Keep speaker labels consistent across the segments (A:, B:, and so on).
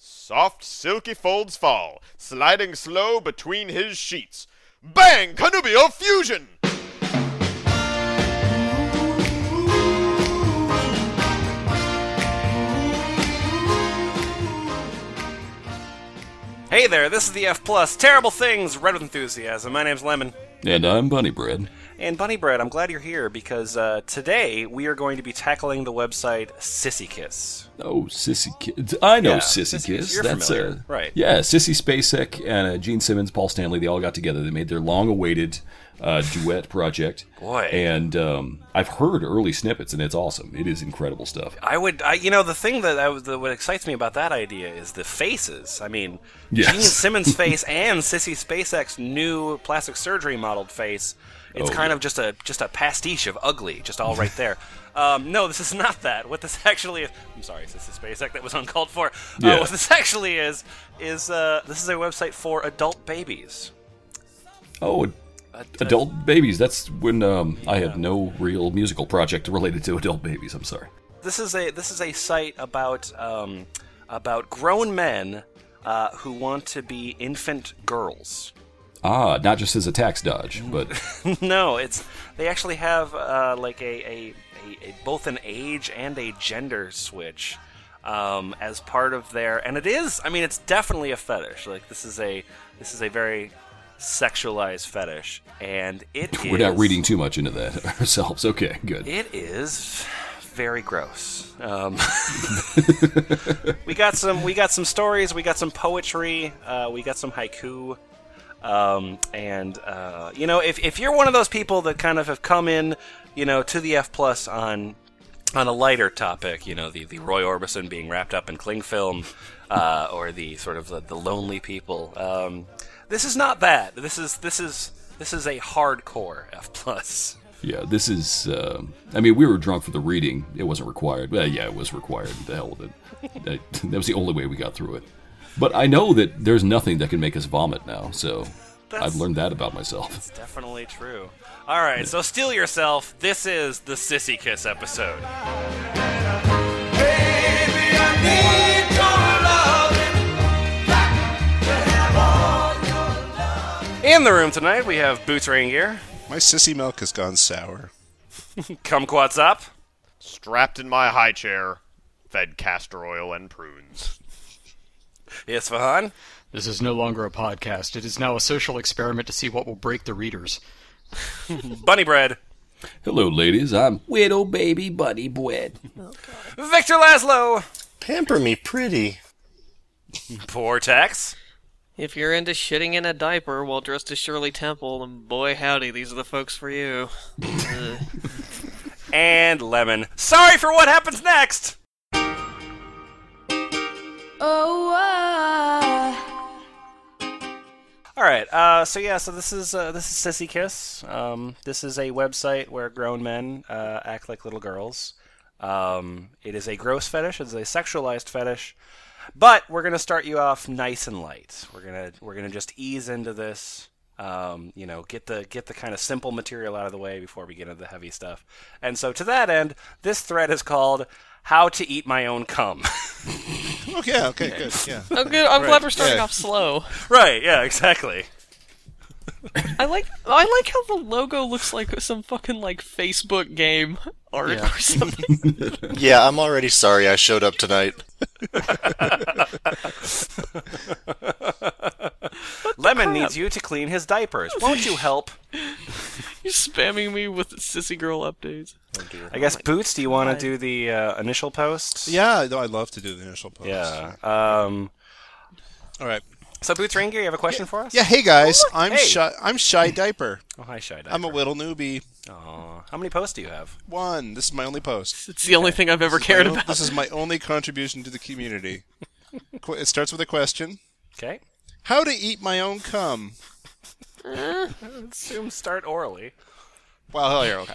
A: soft, silky folds fall, sliding slow between his sheets. Bang! Canubio Fusion!
B: Hey there, this is the F Plus Terrible Things Red with Enthusiasm. My name's Lemon.
C: And I'm Bunny Bread.
B: And Bunny Bread, I'm glad you're here because uh, today we are going to be tackling the website Sissy Kiss.
C: Oh, Sissy Kiss. I know
B: Yeah,
C: Sissy, Kiss.
B: Sissy Kiss, you're
C: That's
B: familiar,
C: uh,
B: right.
C: Yeah, Sissy Spacek and uh, Gene Simmons, Paul Stanley, they all got together. They made their long awaited uh, duet project.
B: Boy.
C: And um, I've heard early snippets, and it's awesome. It is incredible stuff.
B: I would, I, you know, the thing that, I, would- that what excites me about that idea is the faces. I mean,
C: Yes.
B: Gene Simmons' face and Sissy SpaceX new plastic surgery modeled face. It's
C: Oh,
B: kind of just a just a pastiche of ugly, just all right there. Um, no, this is not that. What this actually is, I'm sorry, Sissy SpaceX, that was uncalled for. Uh,
C: Yeah.
B: what this actually is is uh, this is a website for adult babies.
C: Oh,
B: Uh,
C: adult babies. That's when um, I had no real musical project related to adult babies. I'm sorry.
B: this is a this is a site about um, about grown men uh, who want to be infant girls.
C: Ah, not just as a tax dodge, but
B: no, it's they actually have uh, like a, a, a, a both an age and a gender switch um, as part of their and it is I mean it's definitely a fetish. Like this is a this is a very sexualized fetish and it
C: we're not
B: is-
C: reading too much into that ourselves. Okay, good.
B: It is very gross. Um, we got some. We got some stories. We got some poetry. Uh, we got some haiku. Um, and uh, you know, if, if you're one of those people that kind of have come in, you know, to the F plus on on a lighter topic, you know, the, the Roy Orbison being wrapped up in cling film, uh, or the sort of the, the lonely people. Um, this is not that. This is this is this is a hardcore F plus.
C: Yeah, this is. um I mean, we were drunk for the reading. It wasn't required. Well, yeah, it was required. The hell with it. That, that was the only way we got through it. But I know that there's nothing that can make us vomit now, so
B: That's-
C: I've learned that about myself.
B: Definitely true. All right, so steal yourself. This is the Sissy Kiss episode. In the room tonight, we have Boots Rain Gear,
D: My sissy milk has gone sour.
B: Kumquats Up,
A: Strapped in my high chair, fed castor oil and prunes.
B: Isfahan,
E: This is no longer a podcast. It is now a social experiment to see what will break the readers.
B: Bunny Bread,
C: Hello, ladies. I'm Widow Baby Bunny Bread.
B: Victor Laszlo,
D: Pamper me pretty.
B: Vortex,
F: If you're into shitting in a diaper while dressed as Shirley Temple, then boy howdy, these are the folks for you.
B: and Lemon. Sorry for what happens next!
G: Oh, ah.
B: All right. Uh, so yeah. So this is uh, this is Sissy Kiss. Um, this is a website where grown men uh, act like little girls. Um, it is a gross fetish. It's a sexualized fetish. But we're gonna start you off nice and light. We're gonna we're gonna just ease into this. Um, you know, get the get the kind of simple material out of the way before we get into the heavy stuff. And so to that end, this thread is called "How to Eat My Own Cum."
D: Oh yeah, okay, good. Yeah.
F: Oh, good. I'm glad we're starting
D: yeah.
F: off slow.
B: right. Yeah. Exactly.
F: I like I like how the logo looks like some fucking like Facebook game art
E: Yeah.
F: or something.
H: Yeah, I'm already sorry I showed up tonight.
B: Lemon needs you to clean his diapers. Won't you help?
F: You're spamming me with sissy girl updates. Oh
B: I guess Boots, do you want to do the uh, initial post?
D: Yeah, no, I love to do the initial post.
B: Yeah. Um,
D: All right.
B: so Boots Rain Gear, you have a question for us? Oh,
D: Yeah, hey guys.
F: Oh,
D: I'm
B: hey.
D: shy I'm shy diaper.
B: Oh, hi, Shy Diaper.
D: I'm a little newbie.
B: Aw. How many posts do you have?
D: One. This is my only post.
F: It's the only thing I've ever
D: This is my
F: cared
D: o-
F: about.
D: This is my only contribution to the community. Qu- it starts with a question.
B: Okay.
D: How to eat my own cum?
B: Assume start orally.
D: Well, hell yeah, okay.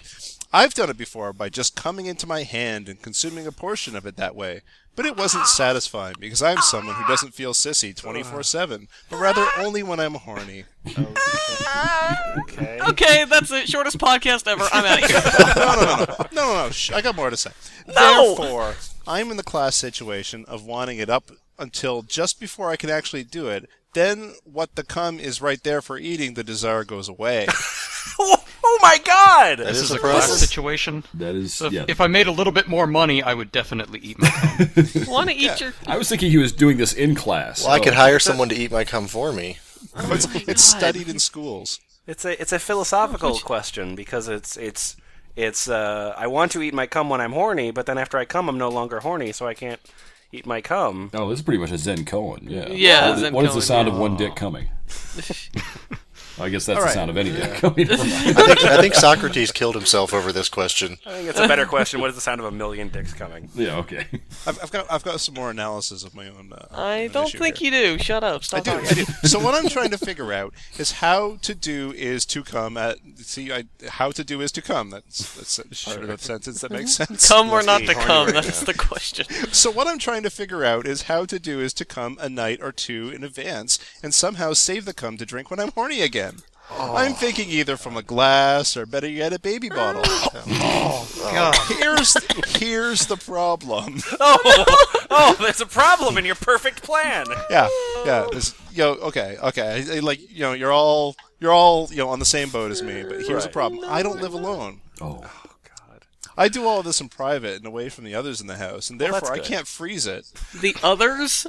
D: I've done it before by just coming into my hand and consuming a portion of it that way, but it wasn't satisfying because I'm someone who doesn't feel sissy 24 7, but rather only when I'm horny.
B: Okay.
F: Okay, that's it. Shortest podcast ever. I'm out of here.
D: no, no, no, no, no, no. Shh, I got more to say.
F: No!
D: Therefore, I'm in the class situation of wanting it up until just before I can actually do it. Then what the cum is right there for eating, the desire goes away.
B: Oh, oh my god!
H: That
E: This is
H: is
E: a
H: the
E: class
H: process.
E: situation.
C: That is,
E: So if-
C: yeah.
E: If I made a little bit more money, I would definitely eat my cum.
F: Want to eat your?
C: I was thinking he was doing this in class.
H: Well, I
C: Oh.
H: could hire someone to eat my cum for me.
D: it's, it's studied in schools.
B: It's a it's a philosophical question because it's it's it's uh, I want to eat my cum when I'm horny, but then after I cum, I'm no longer horny, so I can't eat my cum.
C: Oh, this is pretty much a Zen Cohen. Yeah.
F: Yeah,
C: What is-
F: Zen
C: what is
F: Cohen,
C: the sound of one dick coming? I guess that's the
D: right.
C: sound of any dick coming.
H: I think, I think Socrates killed himself over this question.
B: I think it's a better question. What is the sound of a million dicks coming?
C: yeah. Okay.
D: I've, I've got I've got some more analysis of my own. Uh,
F: I don't think you do. Shut up.
D: I
F: Stop
D: do,
F: talking.
D: I do. So what I'm trying to figure out is how to do is to come at. See, I, how to do is to come. That's, that's a short of sentence that makes sense.
F: Come or not to
B: horny
F: come?
B: right
F: That's the question.
D: So what I'm trying to figure out is how to do is to come a night or two in advance and somehow save the cum to drink when I'm horny again. I'm thinking either from a glass or better yet a baby bottle. Here's here's the problem.
B: Oh, there's a problem in your perfect plan.
D: yeah, yeah. This, yo, okay, okay. I- I- Like you know, you're all you're all you know on the same boat as me. But here's the problem: I don't live alone.
C: Oh.
D: I do all of this in private and away from the others in the house, and therefore I
B: good.
D: can't freeze it.
F: The others?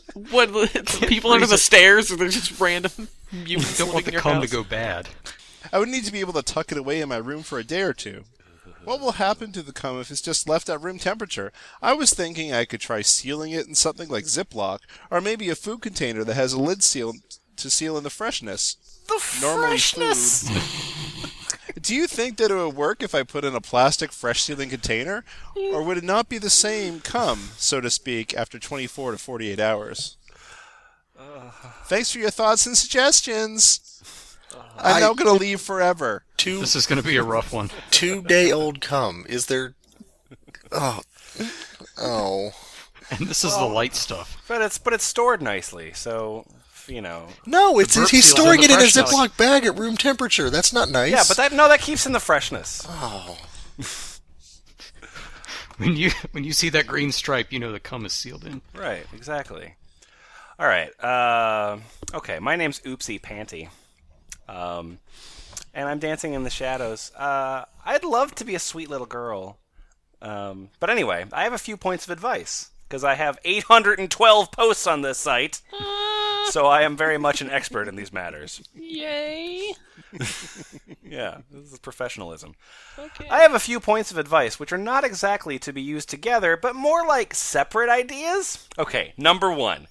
F: What? The people under the stairs? Or they're just random mutants
E: Don't want the
F: living in your
E: cum to
F: house?
E: go bad.
D: I would need to be able to tuck it away in my room for a day or two. What will happen to the cum if it's just left at room temperature? I was thinking I could try sealing it in something like Ziploc, or maybe a food container that has a lid seal to seal in the freshness.
B: The
D: Normally
B: freshness.
D: Do you think that it would work if I put in a plastic fresh sealing container? Or would it not be the same cum, so to speak, after 24 to 48 hours? Thanks for your thoughts and suggestions.
H: Uh,
D: I'm now going to leave forever.
H: Two
E: This is going to be a rough one.
H: two day old cum. Is there? Oh, oh.
E: And this is the light stuff.
B: But it's but it's stored nicely, so you know.
H: No, it's
E: burp
H: he's
E: seals
H: storing
E: in
H: it
E: the
H: in a
E: fresh
H: Ziploc bag at room temperature. That's not nice.
B: Yeah, but that no, that keeps in the freshness.
E: When you when you see that green stripe, you know the cum is sealed in.
B: Right, exactly. All right. Uh, okay, my name's Oopsie Panty, um, and I'm dancing in the shadows. Uh, I'd love to be a sweet little girl, um, but anyway, I have a few points of advice because I have 812 posts on this site, so I am very much an expert in these matters.
F: Yay!
B: Yeah, this is professionalism.
F: Okay.
B: I have a few points of advice which are not exactly to be used together, but more like separate ideas. Okay, number one.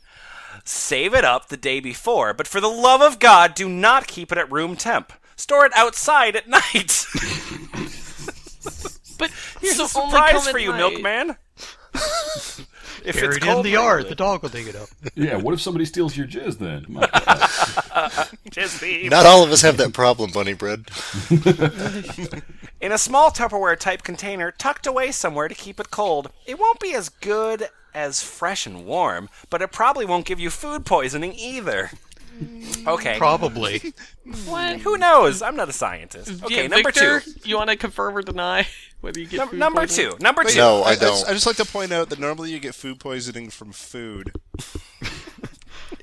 B: Save it up the day before, but for the love of God, do not keep it at room temp. Store it outside at night.
F: But
B: Here's
F: so
B: a
F: only
B: surprise
F: come
B: for
F: at
B: you,
F: night.
B: milkman. if
E: Buried
B: it's
E: in
B: cold
E: the yard, the dog will dig it up.
C: Yeah. What if somebody steals your jizz then? My God.
B: just be-
H: not all of us have that problem, Bunny Bread.
B: in a small Tupperware type container tucked away somewhere to keep it cold. It won't be as good as fresh and warm, but it probably won't give you food poisoning either.
F: Mm.
B: Okay.
E: Probably.
F: What?
B: Who knows? I'm not a scientist.
F: yeah,
B: Okay, number
F: Victor,
B: two.
F: You want to confirm or deny whether you get
B: Num-
F: food
B: number
F: poisoning?
B: two. Number two.
H: No, I
D: just,
H: don't.
D: I just like to point out that normally you get food poisoning from food.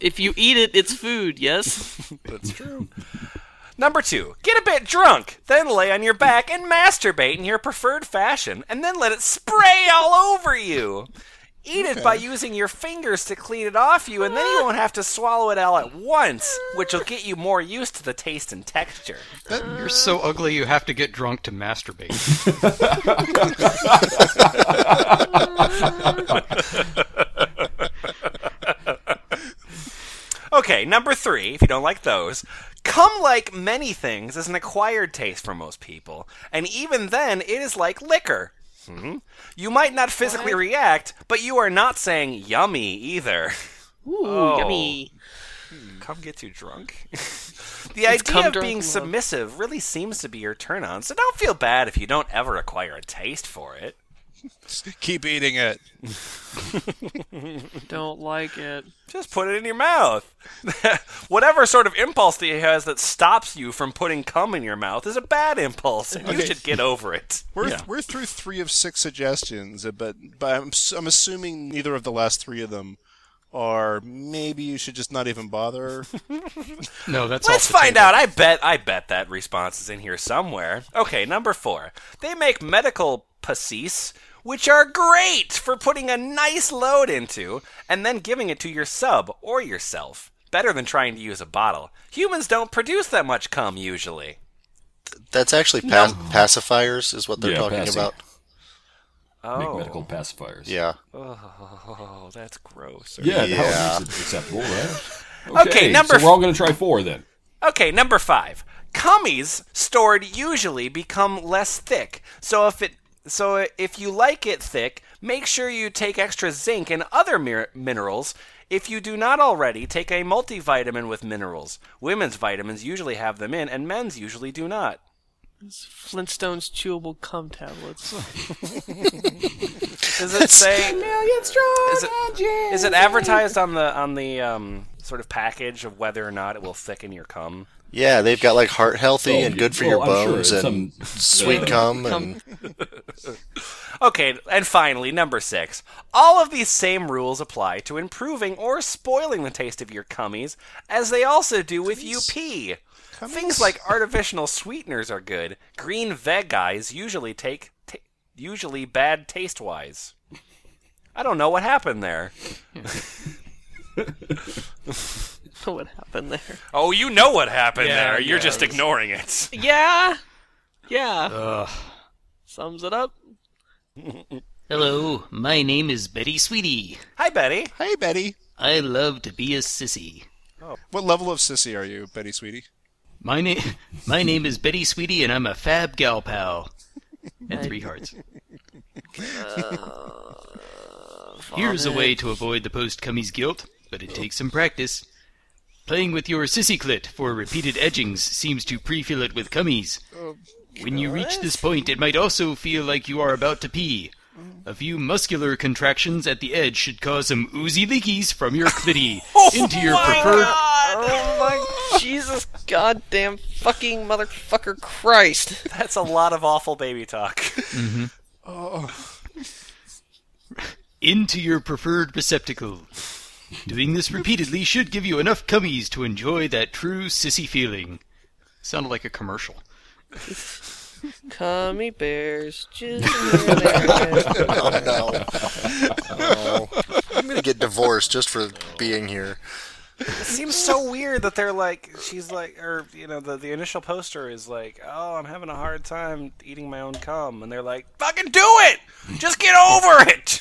F: If you eat it, it's food. Yes.
B: Number two. Get a bit drunk, then lay on your back and masturbate in your preferred fashion, and then let it spray all over you. Eat it by using your fingers to clean it off you, and then you won't have to swallow it all at once, which will get you more used to the taste and texture.
E: You're so ugly you have to get drunk to masturbate.
B: Okay, number three, if you don't like those, cum, like many things, is an acquired taste for most people, and even then, it is like liquor. Hmm? You might not physically react, but you are not saying yummy either.
F: Ooh,
D: Oh.
F: yummy.
D: Hmm,
B: Cum gets you drunk. the idea
F: cum
B: of
F: drunk
B: being
F: love.
B: submissive really seems to be your turn on, so don't feel bad if you don't ever acquire a taste for it.
D: Keep eating it.
F: Don't like it.
B: Just put it in your mouth. Whatever sort of impulse that he has that stops you from putting cum in your mouth is a bad impulse, and you
D: Okay.
B: should get over it.
D: We're we're through uh, three of six suggestions, but but I'm s- I'm assuming neither of the last three of them or maybe you should just not even bother.
E: No, that's
B: Let's
E: off the
B: find
E: table.
B: out. I bet I bet that response is in here somewhere. Okay, number four. They make medical passes, which are great for putting a nice load into and then giving it to your sub or yourself. Better than trying to use a bottle. Humans don't produce that much cum usually.
H: That's actually pa- pacifiers, is what they're
C: Yeah,
H: talking
C: passing.
H: about.
C: Make
B: Oh,
C: medical pacifiers.
H: Yeah.
B: oh that's gross.
C: Yeah,
H: Yeah.
C: that makes it acceptable, right?
B: Okay, number
C: So we're all going to try four then.
B: Okay, number five. Cummies stored usually become less thick. So if it so if you like it thick, make sure you take extra zinc and other mir- minerals. If you do not already, take a multivitamin with minerals. Women's vitamins usually have them in, and men's usually do not.
F: Flintstones chewable cum tablets.
B: Does it say is it, is it advertised on the on the um, sort of package of whether or not it will thicken your cum?
H: Yeah, they've got like heart healthy
C: Oh,
H: and
C: yeah.
H: good for
C: Well,
H: your
C: I'm sure
H: bones
C: it's
H: and
C: some,
H: sweet
C: uh,
H: cum and
B: Okay, and finally, number six. All of these same rules apply to improving or spoiling the taste of your cummies, as they also do with UP. Things like artificial sweeteners are good. Green veg eyes usually take ta usually bad taste wise. I don't know what happened there.
F: what happened there?
B: Oh, you know what happened
E: Yeah,
B: there. You're
E: yeah,
B: just
E: it was-
B: ignoring it.
F: Yeah, yeah.
I: Uh.
E: Ugh.
F: Sums it up.
I: Hello, my name is Betty Sweetie.
B: Hi, Betty.
D: hey, Betty, Oh.
I: I love to be a sissy.
D: what level of sissy are you, Betty sweetie?
I: My name, my name is Betty Sweetie, and I'm a fab gal pal. And three hearts.
B: Oh,
I: Here's a way to avoid the post cummies guilt, but it takes some practice. Playing with your sissy clit for repeated edgings seems to pre-fill it with cummies. When you reach this point, it might also feel like you are about to pee. A few muscular contractions at the edge should cause some oozy leakies from your clitty into your preferred
F: Oh my Jesus, goddamn, fucking motherfucker, Christ!
B: That's a lot of awful baby talk.
D: Oh,
I: into your preferred receptacle. Doing this repeatedly should give you enough cummies to enjoy that true sissy feeling.
E: Sounded like a commercial.
F: Cummy bears, jizz in their hair.
H: oh no. Oh. I'm gonna get divorced just for being here.
B: seems so weird that they're like she's like or you know the, the initial poster is like oh i'm having a hard time eating my own cum and they're like fucking do it just get over it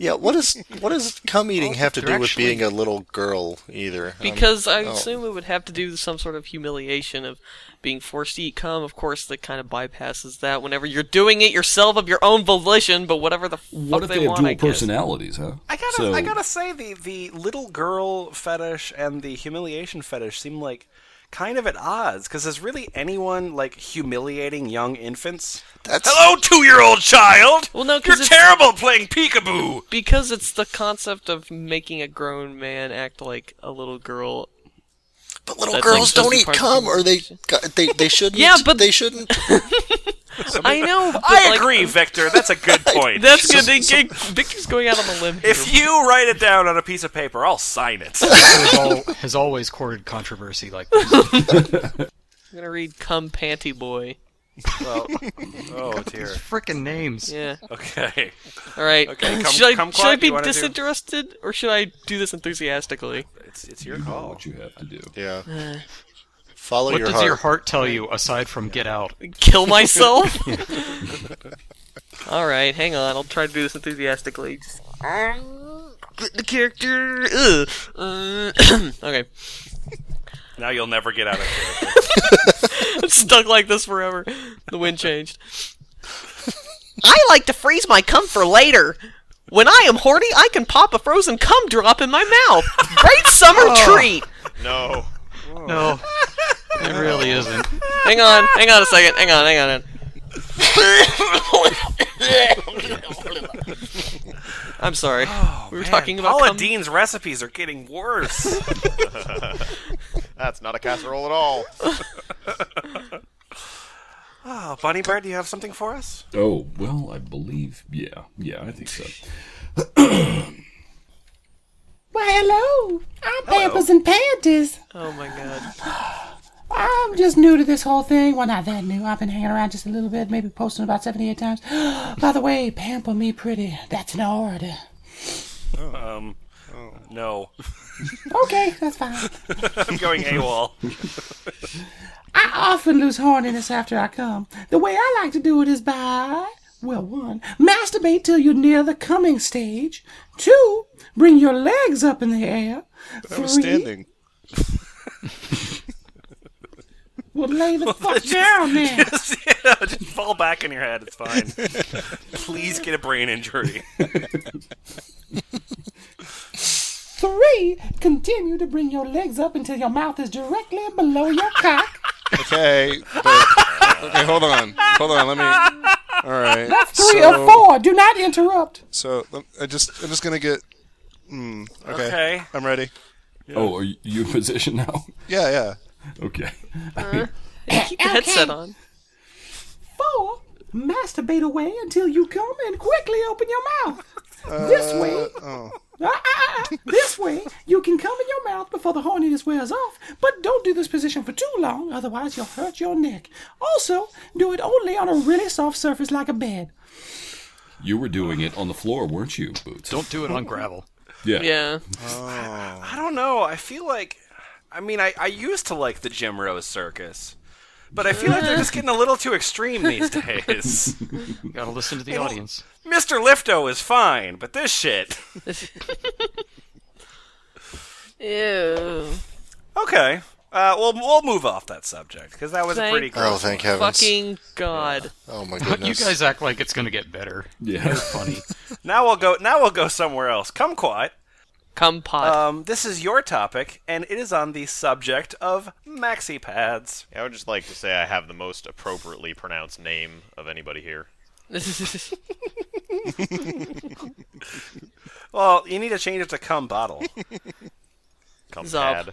H: Yeah, what is what does cum eating have to
E: they're
H: do with
E: actually-
H: being a little girl either? Um,
F: Because I
H: oh.
F: assume it would have to do with some sort of humiliation of being forced to eat cum. Of course, that kind of bypasses that. Whenever you're doing it yourself of your own volition, but whatever the fuck
C: What if they, have
F: want,
C: dual
F: I guess.
C: personalities, huh?
B: i gotta
C: So-
B: i gotta say the the little girl fetish and the humiliation fetish seem like kind of at odds because is really anyone like humiliating young infants
H: that's
B: hello two-year-old child
F: Well, no,
B: you're
F: 'cause it's-
B: terrible playing peekaboo
F: Because it's the concept of making a grown man act like a little girl.
H: but little
F: that's
H: girls
F: like supposed
H: don't
F: to be
H: eat
F: part of
H: cum, or they
F: civilization.
H: got- they they shouldn't.
F: Yeah, but-
H: they shouldn't.
F: I know. But
B: i
F: like,
B: agree victor that's a good point
F: That's good. They, they, Victor's going out on a limb.
B: If you write it down on a piece of paper, I'll sign it.
E: Has, al- has always courted controversy like this.
F: I'm gonna read "Come Panty Boy."
B: oh dear.
E: Frickin' names.
F: Yeah.
B: Okay.
F: All right.
B: Okay, cum-
F: should I
B: kumquat,
F: should I
B: you
F: be
B: wanna do-
F: disinterested or should I do this enthusiastically?
B: It's it's your
C: Oh,
B: call.
C: what you have to do.
H: yeah.
F: Uh,
H: Follow
E: What
H: your
E: does
H: heart.
E: your heart tell you aside from get out?
F: Kill myself? All right. Hang on. I'll try to do this enthusiastically. Just- The character. Ugh. Uh, okay.
B: Now you'll never get out of here.
F: stuck like this forever. The wind changed. I like to freeze my cum for later. When I am horny, I can pop a frozen cum drop in my mouth. Great summer treat.
A: No.
E: No. It really isn't.
F: Hang on, hang on a second. Hang on, hang on. I'm sorry.
B: Oh,
F: we were talking about
B: Paula
F: cum.
B: Dean's recipes are getting worse.
A: That's not a casserole at all.
B: oh, Bunny Bear, do you have something for us?
C: Oh, well, I believe. Yeah, yeah, I think so.
J: Well, hello. I'm Pampers and Panties.
F: Oh my god.
J: I'm just new to this whole thing. Well, not that new. I've been hanging around just a little bit, maybe posting about 78 times. By the way, pamper me pretty. That's an order.
B: Um, no.
J: Okay, that's fine.
B: I'm going AWOL.
J: I often lose horniness after I come. The way I like to do it is by, well, one, masturbate till you're near the coming stage. Two, bring your legs up in the air.
D: I was
J: Three,
D: standing.
J: Well, lay the fuck down there.
B: just, you know, just fall back on your head. It's fine. Please get a brain injury.
J: Three, continue to bring your legs up until your mouth is directly below your cock.
D: Okay. but- okay, hold on. Hold on. Let me. All right.
J: That's three
D: so,
J: or four. Do not interrupt.
D: So lem- I just I'm just gonna get. Hmm. okay.
B: Okay.
D: I'm ready.
C: Oh, are you- you in position now?
D: Yeah. Yeah.
C: Okay.
F: Keep the headset on.
J: Four, masturbate away until you come and quickly open your mouth.
H: Uh,
J: this way,
D: Oh.
J: ah, ah, ah, this way, you can come in your mouth before the horniness wears off. But don't do this position for too long, otherwise you'll hurt your neck. Also, do it only on a really soft surface like a bed.
C: You were doing it on the floor, weren't you, Boots?
I: Don't do it on gravel.
C: Yeah.
F: Yeah.
H: Oh.
B: I don't know. I feel like, I mean, I, I used to like the Jim Rose circus, but I feel like they're just getting a little too extreme these days.
I: Gotta listen to the audience.
B: Mr. Lifto is fine, but this shit.
F: Ew.
B: Okay. Uh, we'll we'll move off that subject because that was a
F: Thank
B: pretty gross.
H: Oh, thank heavens.
F: Fucking god.
H: Oh, my
I: But you
H: goodness.
I: guys act like it's gonna get better.
C: Yeah.
I: Funny.
B: Now we'll go. Now we'll go somewhere else. Come quiet.
F: Come pot.
B: Um, this is your topic, and it is on the subject of maxi pads.
A: I would just like to say I have the most appropriately pronounced name of anybody here.
B: Well, you need to change it to cum bottle.
A: Come
F: Zob.
A: pad.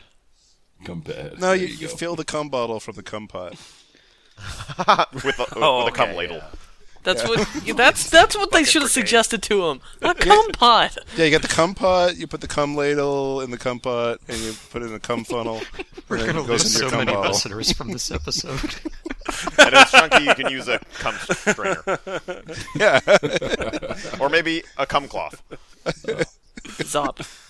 C: Come back.
D: No,
C: There
D: you, you
C: go.
D: fill the cum bottle from the cum pot.
A: With a, with
B: Oh,
A: a cum
B: okay,
A: ladle.
F: that's what. That's that's what they should have suggested to him. A cum pot.
D: Yeah, you got the cum pot. You put the cum ladle in the cum pot, and you put it in a cum funnel.
I: We're
D: and then
I: gonna
D: it goes
I: lose
D: into your
I: so
D: cum
I: many
D: bottle.
I: listeners from this episode.
A: and if it's chunky, you can use a cum strainer.
D: Yeah.
A: Or maybe a cum cloth.
F: Zop.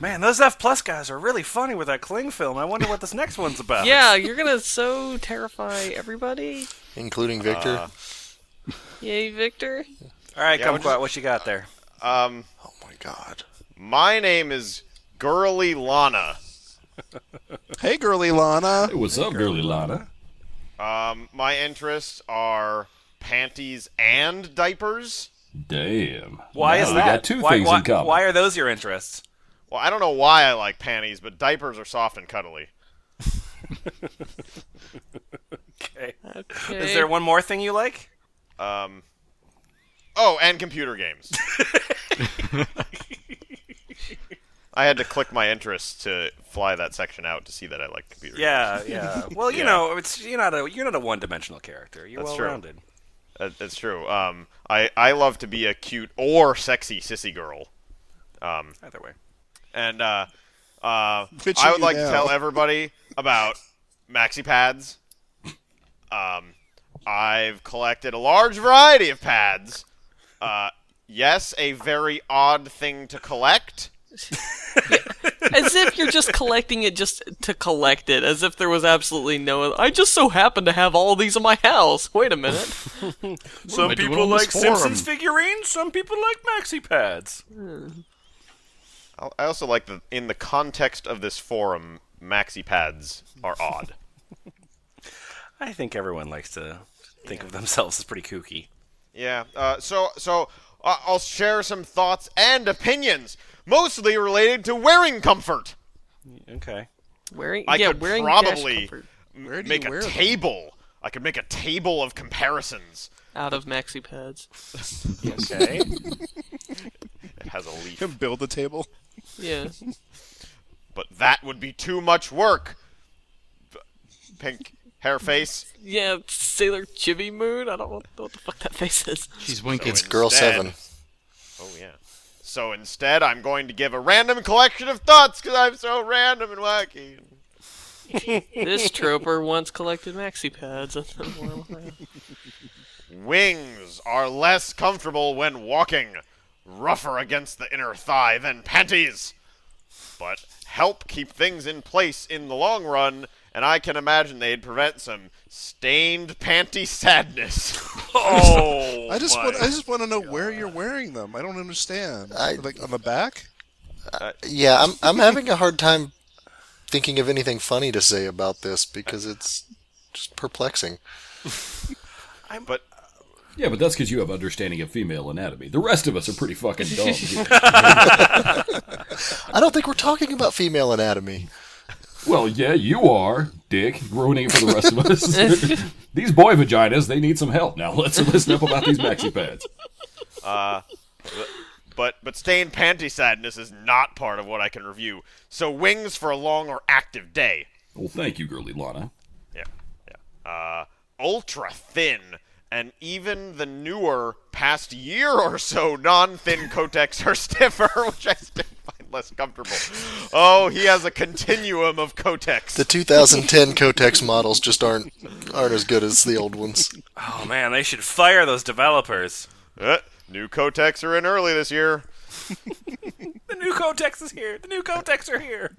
B: Man, those F plus guys are really funny with that cling film. I wonder what this next one's about.
F: Yeah, you're gonna so terrify everybody.
C: Uh,
H: Including Victor.
F: Yay, Victor.
B: All right,
A: Yeah,
B: come
A: we're just-
B: quiet. What you got there?
A: Um,
H: oh, my God.
A: my name is Girly Lana.
D: hey, girly Lana.
C: Hey, what's up, girly Lana?
A: Um, my interests are panties and diapers.
C: Damn.
B: Why
C: Now
B: is
C: we
B: that?
C: got two
B: why,
C: things
B: why,
C: in common.
B: Why are those your interests?
A: Well, I don't know why I like panties, but diapers are soft and cuddly.
B: Okay.
F: Okay.
B: Is there one more thing you like?
A: Um, oh, and computer games. I had to click my interests to fly that section out to see that I like computer games.
B: Yeah, yeah. Well, you
A: Yeah.
B: know, it's you're not a you're not a one dimensional character. You're
A: That's
B: well
A: true.
B: rounded.
A: That, that's true. Um, I, I love to be a cute or sexy sissy girl. Um,
B: Either way.
A: and uh, uh,
D: Bitching
A: I would
D: you
A: like to
D: now.
A: tell everybody about maxi pads. Um, I've collected a large variety of pads. Uh, yes, a very odd thing to collect.
F: As if you're just collecting it just to collect it, as if there was absolutely no. I just so happen to have all these in my house. Wait a minute.
B: Some
I: I doing people on this like forum? Simpsons
B: figurines. Some people like maxi pads.
A: I'll- I also like that in the context of this forum, maxi pads are odd.
B: I think everyone likes to think of themselves as pretty kooky.
A: Yeah. Uh, so so uh, I'll share some thoughts and opinions, mostly related to wearing comfort.
B: Okay.
F: Wearing,
A: I
F: yeah,
A: could
F: wearing dash
A: probably
F: comfort
A: m-
D: Where do you
A: make a
D: wear them?
A: table. I could make a table of comparisons.
F: out of maxi pads.
B: Okay.
A: It has a leaf,
D: Can build a table.
F: Yeah.
A: but that would be too much work. B- Pink hair face.
F: Yeah, Sailor Chibi Moon? I don't know what the fuck that face is.
I: She's winking.
H: It's Girl 7.
A: Instead- Oh yeah. So instead, I'm going to give a random collection of thoughts because I'm so random and wacky.
F: this trooper once collected maxi pads. at the Royal Mail.
A: Wings are less comfortable when walking, rougher against the inner thigh than panties, but help keep things in place in the long run, and I can imagine they'd prevent some stained panty sadness. oh,
D: I just
A: my.
D: want I just want to know where you're wearing them. I don't understand. like on the back?
H: Uh, Yeah, I'm I'm having a hard time thinking of anything funny to say about this because it's just perplexing.
A: but
C: Yeah, but that's because you have understanding of female anatomy. The rest of us are pretty fucking dumb. here.
H: I don't think we're talking about female anatomy.
C: well, yeah, you are, Dick, ruining it for the rest of us. these boy vaginas, they need some help. Now let's listen up about these maxi pads.
A: Uh, but but stained panty sadness is not part of what I can review. So wings for a long or active day.
C: Well, thank you, girly Lana.
A: Yeah, yeah. Uh, ultra thin, and even the newer past year or so non-thin Kotex are stiffer, which I still find less comfortable. Oh, he has a continuum of Kotex.
H: The 2010 Kotex models just aren't aren't as good as the old ones.
B: Oh man, they should fire those developers.
A: Uh, new Kotex are in early this year.
B: The new Kotex is here. The new Kotex are here.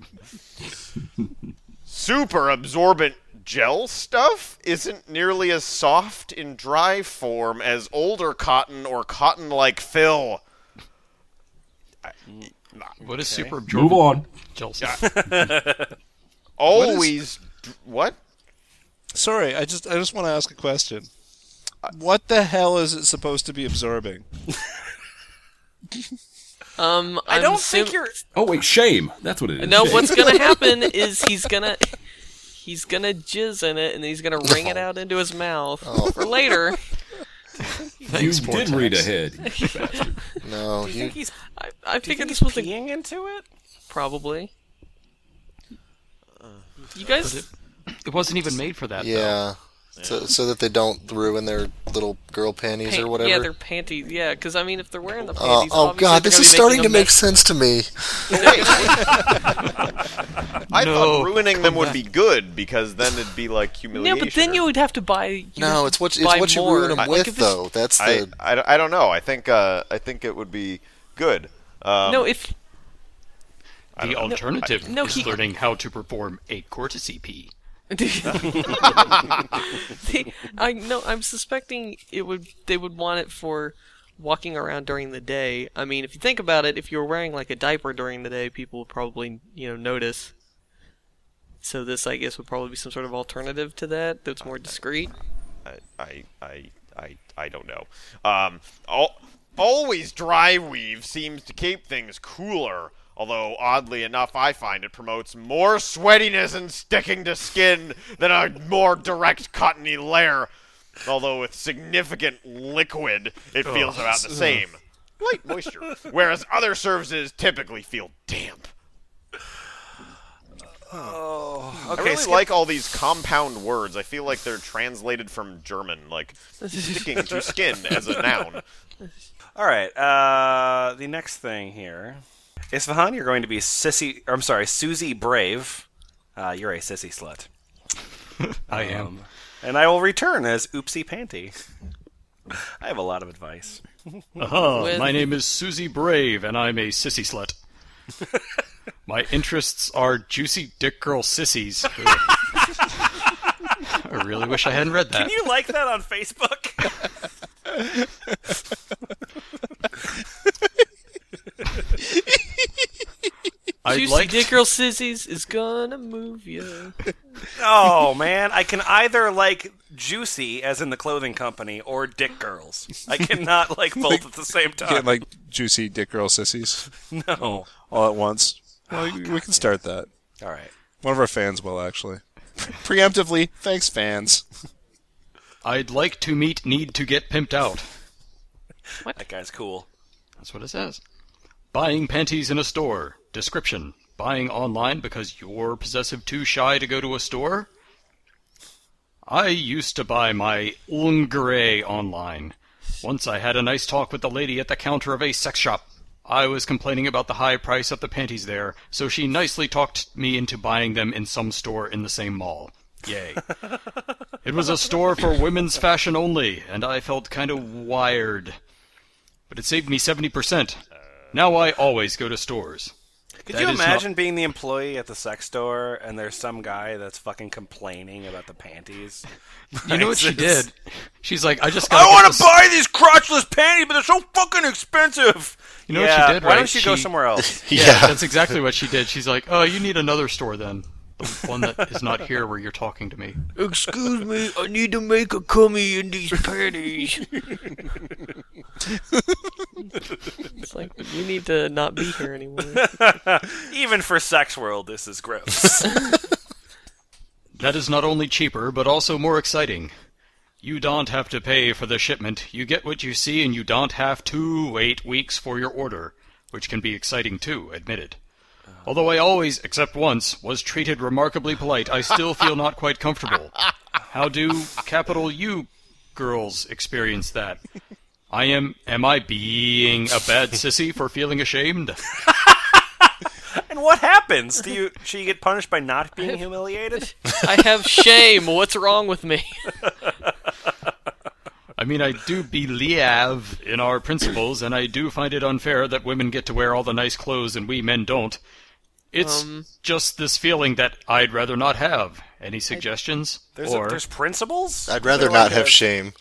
A: super absorbent gel stuff isn't nearly as soft in dry form as older cotton or cotton like fill.
E: What is super
C: Move
E: absorbent
C: on.
E: gel?
A: Always. d- What?
D: Sorry, I just I just want to ask a question. What the hell is it supposed to be absorbing?
F: Um,
B: I
F: I'm
B: don't
F: assume-
B: think you're.
C: Oh wait, shame. That's what it is.
F: No,
C: Shame.
F: what's gonna happen is he's gonna he's gonna jizz in it and he's gonna wring it out into his mouth
H: Oh.
F: for later.
C: you
H: Thanks,
C: did
H: Portex.
C: read ahead, you bastard.
H: No,
B: Do you
H: you,
B: think he's?
F: I, I
B: Do you
F: figured
B: think he's
F: this was a,
B: peeing into it?
F: probably. You guys,
I: It wasn't even made for that.
H: yeah. So, so that they don't ruin their little girl panties or
F: pant-
H: whatever.
F: yeah, their panties. Yeah, because I mean, if they're wearing the
H: Oh,
F: panties,
H: oh
F: obviously
H: god,
F: they're
H: this
F: gonna
H: is
F: be making
H: starting to
F: them
H: make sense to me.
A: I
I: No,
A: thought ruining them would be good because then it'd be like humiliation.
F: Yeah, but then
A: or-
F: you would have to buy. you
H: No,
F: have
H: it's
F: to
H: what it's
F: buy
H: what you
F: more.
H: ruin them
F: Like,
H: with
F: if it's-
H: though. That's
A: I,
H: the
A: I, don't- I don't know. I think uh, I think it would be good. Um,
F: No, if
I: Though. The alternative
F: no,
I: is
F: he-
I: learning how to perform a courtesy pee.
F: The- I no, I'm suspecting it would they would want it for walking around during the day. I mean, if you think about it, if you were wearing like a diaper during the day, people would probably you know notice. So this, I guess, would probably be some sort of alternative to that that's more discreet.
A: I I I I don't know. Um, al- always dry weave seems to keep things cooler. Although oddly enough, I find it promotes more sweatiness and sticking to skin than a more direct cottony layer. Although with significant liquid, it
H: Oh,
A: feels about the same. Light moisture, whereas other surfaces typically feel damp.
B: Oh, Okay,
A: I really
B: skip-
A: like all these compound words. I feel like they're translated from German, like sticking to skin as a noun.
B: All right. Uh, the next thing here, Isfahan, you're going to be sissy. Or, I'm sorry, Susie Brave. Uh, you're a sissy slut, Um,
I: I am.
B: and I will return as Oopsie Panty. I have a lot of advice.
E: Uh-huh,
I: Aha,
F: With-
I: Uh-huh. my name is Susie Brave, and I'm a sissy slut. my interests are juicy dick girl sissies. I really wish I hadn't read that.
B: You like that on Facebook?
I: I'd
F: Juicy
I: like
F: dick girl sissies is gonna move you.
B: oh man, I can either like Juicy, as in the clothing company, or Dick Girls. I cannot like both at the same
D: Getting
B: time.
D: like juicy dick girl sissies
B: no.
D: all at once. Well, we can start that.
B: All right.
D: One of our fans will actually. Preemptively, thanks fans.
I: I'd like to meet need to get pimped out.
B: That guy's cool.
I: That's what it says. Buying panties in a store. Description. Buying online because you're possessive too shy to go to a store? I used to buy my lingerie online. Once I had a nice talk with the lady at the counter of a sex shop.
E: I was complaining about the high price of the panties there, so she nicely talked me into buying them in some store in the same mall. Yay. it was a store for women's fashion only, and I felt kind of wired. But it saved me 70%. Now I always go to stores.
B: Could
E: That
B: you
E: is not-
B: imagine being the employee at the sex store and there's some guy that's fucking complaining about the panties?
E: You know what she
B: Prices.
E: did? She's like, I just
B: I
E: gotta get
B: want
E: this-
B: to buy these crotchless panties, but they're so fucking expensive.
E: You know
B: Yeah,
E: what she did, right?
B: Why don't you go
E: She-
B: somewhere else?
E: yeah, that's exactly what she did. She's like, "Oh, you need another store then, the one that is not here where you're talking to me."
K: Excuse me, I need to make a cummy in these panties.
F: It's like you need to not be here anymore.
B: Even for sex world, this is gross.
E: That is not only cheaper but also more exciting. You don't have to pay for the shipment. You get what you see, and you don't have to wait weeks for your order, which can be exciting too. Admitted. Although I always, except once, was treated remarkably polite, I still feel not quite comfortable. How do capital U girls experience that? I am. Am I being a bad sissy for feeling ashamed?
B: and what happens? Do you should you get punished by not being humiliated?
F: I have shame. What's wrong with me?
E: I mean, I do believe in our principles, and I do find it unfair that women get to wear all the nice clothes and we men don't. It's
F: Um.
E: just this feeling that I'd rather not have. Any suggestions?
B: There's,
E: or
B: a, there's principles.
H: I'd rather
B: They're
H: not
B: like
H: have
B: a-
H: shame.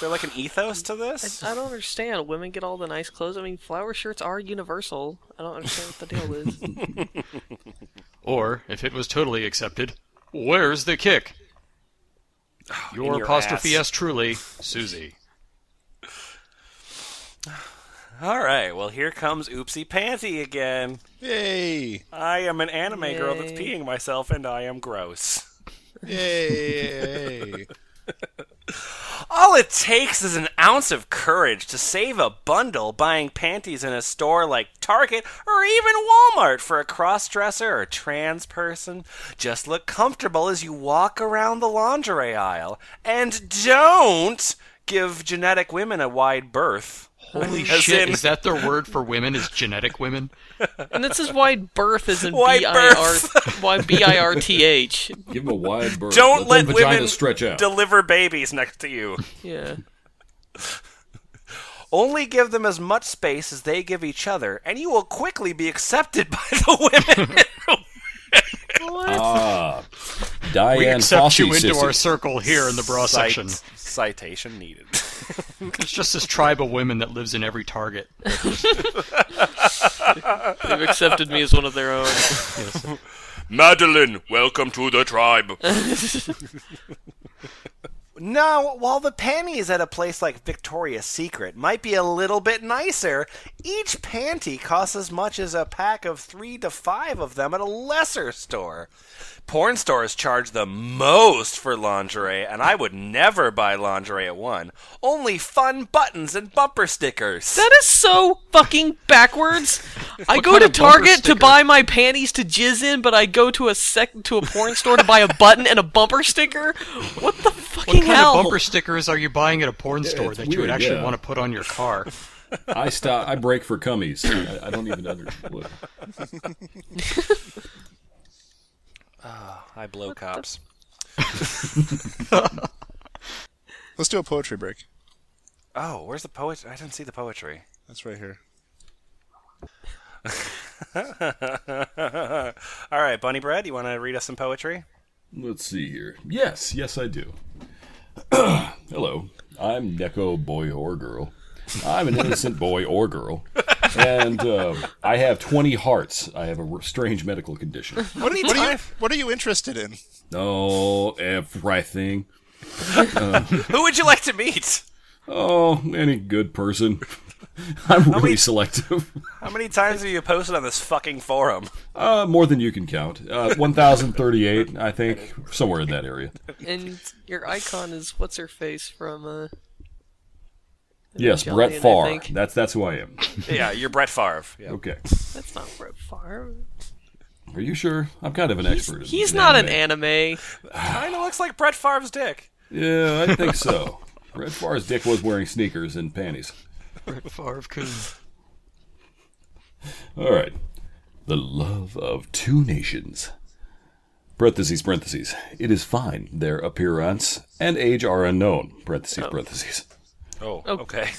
B: They're like an ethos to this.
F: I don't understand. Women get all the nice clothes. I mean, flower shirts are universal. I don't understand what the deal is.
E: or if it was totally accepted, where's the kick? Your,
B: your
E: apostrophe
B: ass.
E: s truly, Susie.
B: All right. Well, here comes Oopsie Panty again.
D: Yay!
B: I am an anime girl that's
F: Yay.
B: peeing myself, and I am gross.
D: Yay!
B: All it takes is an ounce of courage to save a bundle buying panties in a store like Target or even Walmart for a cross dresser or trans person. Just look comfortable as you walk around the lingerie aisle. And don't give genetic women a wide berth.
E: Holy
B: As
E: shit!
B: in-
E: Is that their word for women? Is genetic women?
F: and this is why birth is in
B: Why
F: B I R
B: birth?
F: why B I R T H.
C: Give them a wide berth.
B: Don't
C: let,
B: let,
C: them
B: women
C: vaginas stretch out.
B: deliver babies next to you.
F: Yeah.
B: Only give them as much space as they give each other, and you will quickly be accepted by the women.
C: ah, Diane
E: we accept
C: Fossey
E: you into
C: sissy.
E: our circle here in the bra
B: Cite-
E: section.
B: Citation needed.
E: It's just this tribe of women that lives in every Target.
F: They've accepted me as one of their own.
B: Madeline, welcome to the tribe. now, while the panties at a place like Victoria's Secret might be a little bit nicer, each panty costs as much as a pack of three to five of them at a lesser store. Porn stores charge the most for lingerie, and I would never buy lingerie at one. Only fun buttons and bumper stickers.
F: That is so fucking backwards. I
E: What
F: go
E: kind
F: to
E: of bumper
F: Target to
E: sticker?
F: buy my panties to jizz in, but I go to a sec to a porn store to buy a button and a bumper sticker. What the
E: What
F: fucking
E: kind
F: hell?
E: of bumper stickers are you buying at a porn store
C: it's
E: that you would
C: weird,
E: actually
C: yeah.
E: want to put on your car?
C: I stop. I break for cummies. I, I don't even understand. What.
B: Ah, I blow cops.
D: Let's do a poetry break.
B: Oh, where's the poetry? I didn't see the poetry.
D: That's right here.
B: All right, Bunny Bread, you want to read us some poetry?
C: Let's see here. Yes, yes, I do. Hello, I'm Neko Boy or Girl. I'm an innocent boy or girl, and uh, I have 20 hearts. I have a r- strange medical condition.
D: What are, you, what, are you, what are you interested in?
C: Oh, everything. Um,
B: Who would you like to meet?
C: Oh, any good person. I'm really
B: many-
C: selective.
B: How many times have you posted on this fucking forum?
C: Uh, more than you can count. Uh, 1,038, I think, somewhere in that area.
F: And your icon is what's her face from uh
C: Yes,
F: Jolly,
C: Brett
F: and I
C: Farr.
F: think-
C: That's that's who I am.
B: Yeah, you're Brett Favre. Yeah.
C: Okay.
F: that's not Brett Favre.
C: Are you sure? I'm kind of an expert. in
F: He's not
C: anime.
F: an anime.
B: Kind of looks like Brett Favre's dick.
C: Yeah, I think so. Brett Favre's dick was wearing sneakers and panties.
E: Brett Favre Coon.
C: All right. The love of two nations. Parentheses, parentheses. It is fine. Their appearance and age are unknown. Parentheses, parentheses.
B: Oh, okay.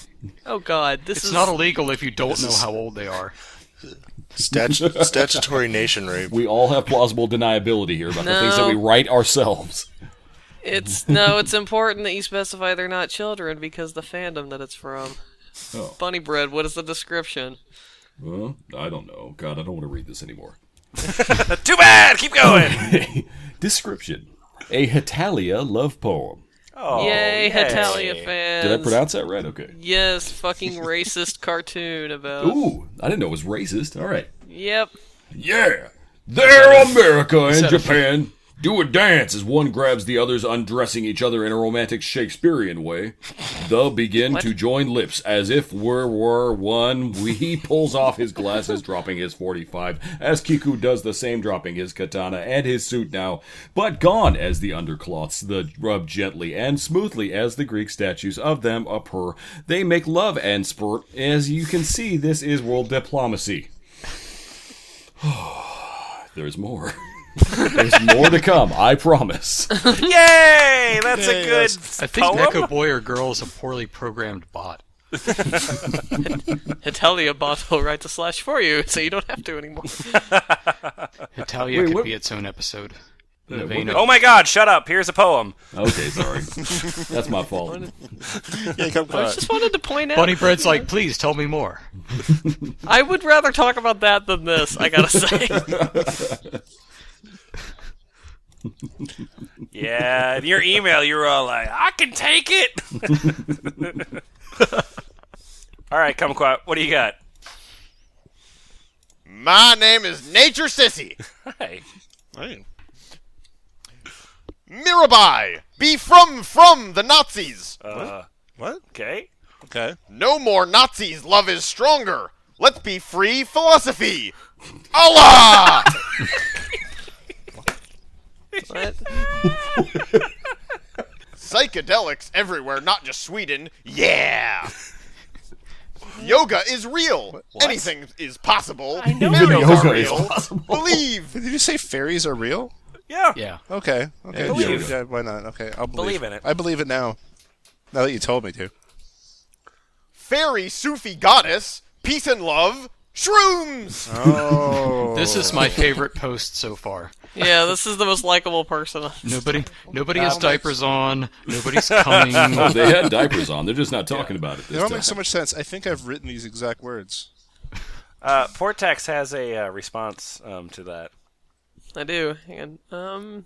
F: Oh God, this
E: it's
F: is
E: not illegal if you don't know
H: is-
E: how old they are.
H: Statu- statutory nation rape.
C: We all have plausible deniability here about the things that we
F: No.
C: write ourselves.
F: It's no, it's important that you specify they're not children because the fandom that it's from.
C: Oh.
F: Bunny bread. What is the description?
C: Well, I don't know. God, I don't want to read this anymore.
B: Too bad. Keep going.
C: Description A Hetalia love poem.
B: Oh,
F: yay,
B: yay.
F: Hetalia fans!
C: Did I pronounce that right? Okay.
F: Yes, fucking racist cartoon about.
C: Ooh, I didn't know it was racist. All right.
F: Yep.
C: Yeah. There, America
E: Is
C: and
E: that a-
C: Japan do a dance as one grabs the other's, undressing each other in a romantic Shakespearean way. The begin to join lips as if were were one. We he pulls off his glasses, dropping his forty-five, as Kiku does the same, dropping his katana and his suit now, but gone as the undercloths. The rub gently and smoothly as the Greek statues of them upper. They make love and spurt. As you can see, this is world diplomacy. There's more. There's more to come, I promise.
B: Yay! That's a good
E: I think
B: poem.
E: Neko Boy or Girl is a poorly programmed bot.
F: Hetalia bot will write the slash for you, so you don't have to anymore.
E: Italia
C: Wait,
E: could
C: what-
E: be its own episode. In
C: Yeah,
E: the
C: what
E: vein
C: did-
E: of-
B: Oh my God! Shut up. Here's a poem.
C: Okay, sorry. That's my fault.
D: Yeah, come
F: I
D: on.
F: just wanted to point out.
E: Bunny Bread's like, please tell me more.
F: I would rather talk about that than this. I gotta say.
B: Yeah, in your email, you were all like, "I can take it." all right, Kumquat, what do you got?
A: My name is Nature Sissy.
B: Hey,
D: Hey.
A: Mirabai, be from from the Nazis.
B: uh,
D: What?
B: okay.
D: Okay.
A: No more Nazis. Love is stronger. Let's be free philosophy. Allah.
F: What?
A: Psychedelics everywhere, not just Sweden. Yeah. Yoga is real. Anything is possible. I know
C: yoga
A: are
C: is
A: real.
C: possible.
A: Believe.
D: Did you say fairies are real?
B: Yeah.
E: Yeah.
D: Okay. Okay.
B: Believe.
D: Yeah, why not? Okay. I'll believe,
B: Believe in it.
D: I believe it now. Now that you told me to.
A: Fairy Sufi goddess. Peace and love. Shrooms.
D: Oh.
E: This is my favorite post so far.
F: Yeah, this is the most likable person. Um,
E: Nobody nobody has diapers on. Nobody's coming.
C: Oh, They had diapers on. They're just not talking about it
D: It
C: this
D: don't
C: time.
D: make so much sense. I think I've written these exact words.
B: Uh, Portex has a uh, response um, to that.
F: I do. And um,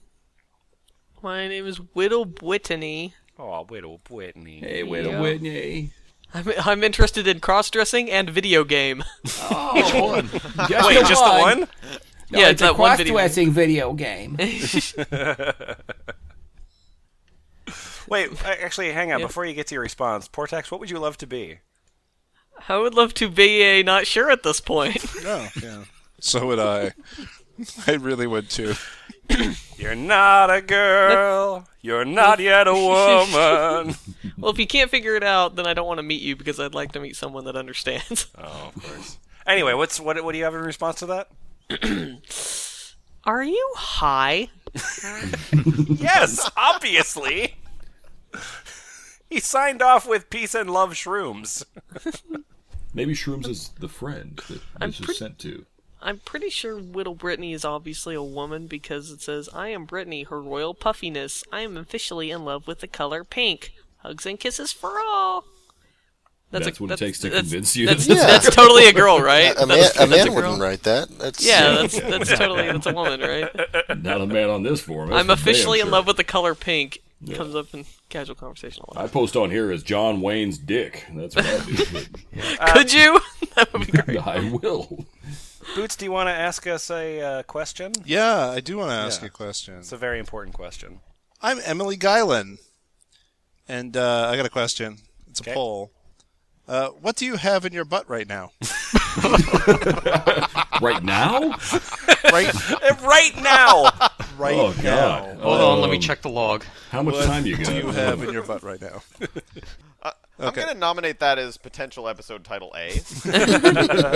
F: my name is Whittle Whitney.
B: Oh, wait, oh, Whitney.
C: hey, wait a Whitney.
F: I'm, I'm interested in cross dressing and video game.
B: Wait, just the one?
F: yeah, it's that one video.
J: cross-dressing video game.
B: Wait, a- actually, hang on. Before you get to your response, Portex, what would you love to be?
F: I would love to be a not sure at this point.
D: Oh, yeah. So would I. I really would too.
B: You're not a girl. You're not yet a woman.
F: well, if you can't figure it out, then I don't want to meet you because I'd like to meet someone that understands.
B: oh, of course. Anyway, what's what? What do you have in response to that?
F: Are you high?
B: Yes, obviously. He signed off with peace and love shrooms.
C: Maybe Shrooms is the friend that this is sent to.
F: I'm pretty sure Whittle Brittany is obviously a woman because it says, I am Brittany, her royal puffiness. I am officially in love with the color pink. Hugs and kisses for all.
C: That's what it takes to
F: that's-
C: convince you
F: That's,
C: that this is
F: that's totally a girl, right?
H: A man,
F: That's-
H: a
F: that's
H: man wouldn't write that. That's
F: Yeah, that's, that's totally that's a woman, right?
C: Not a man on this forum. that's
F: I'm
C: for damn
F: officially in
C: sure.
F: love with the color pink. Comes up in casual conversation a lot.
C: I post on here as John Wayne's dick. That's what I do.
B: Uh,
F: Could you? that would be great.
C: I will.
B: Boots, do you want to ask us a uh, question?
D: Yeah, I do want to ask
B: Yeah.
D: you a question.
B: It's a very important question.
D: I'm Emily Guylin, and uh, I got a question. It's a
B: Okay.
D: poll. Uh, what do you have in your butt right now?
C: Right now?
D: right,
B: right now.
D: right
C: Oh,
D: now.
C: God.
E: Hold on, let me
C: Um,
E: check the log.
C: How much time you got?
D: What do you have in your butt right now?
A: Uh, I'm
D: Okay.
A: going to nominate that as potential episode title A.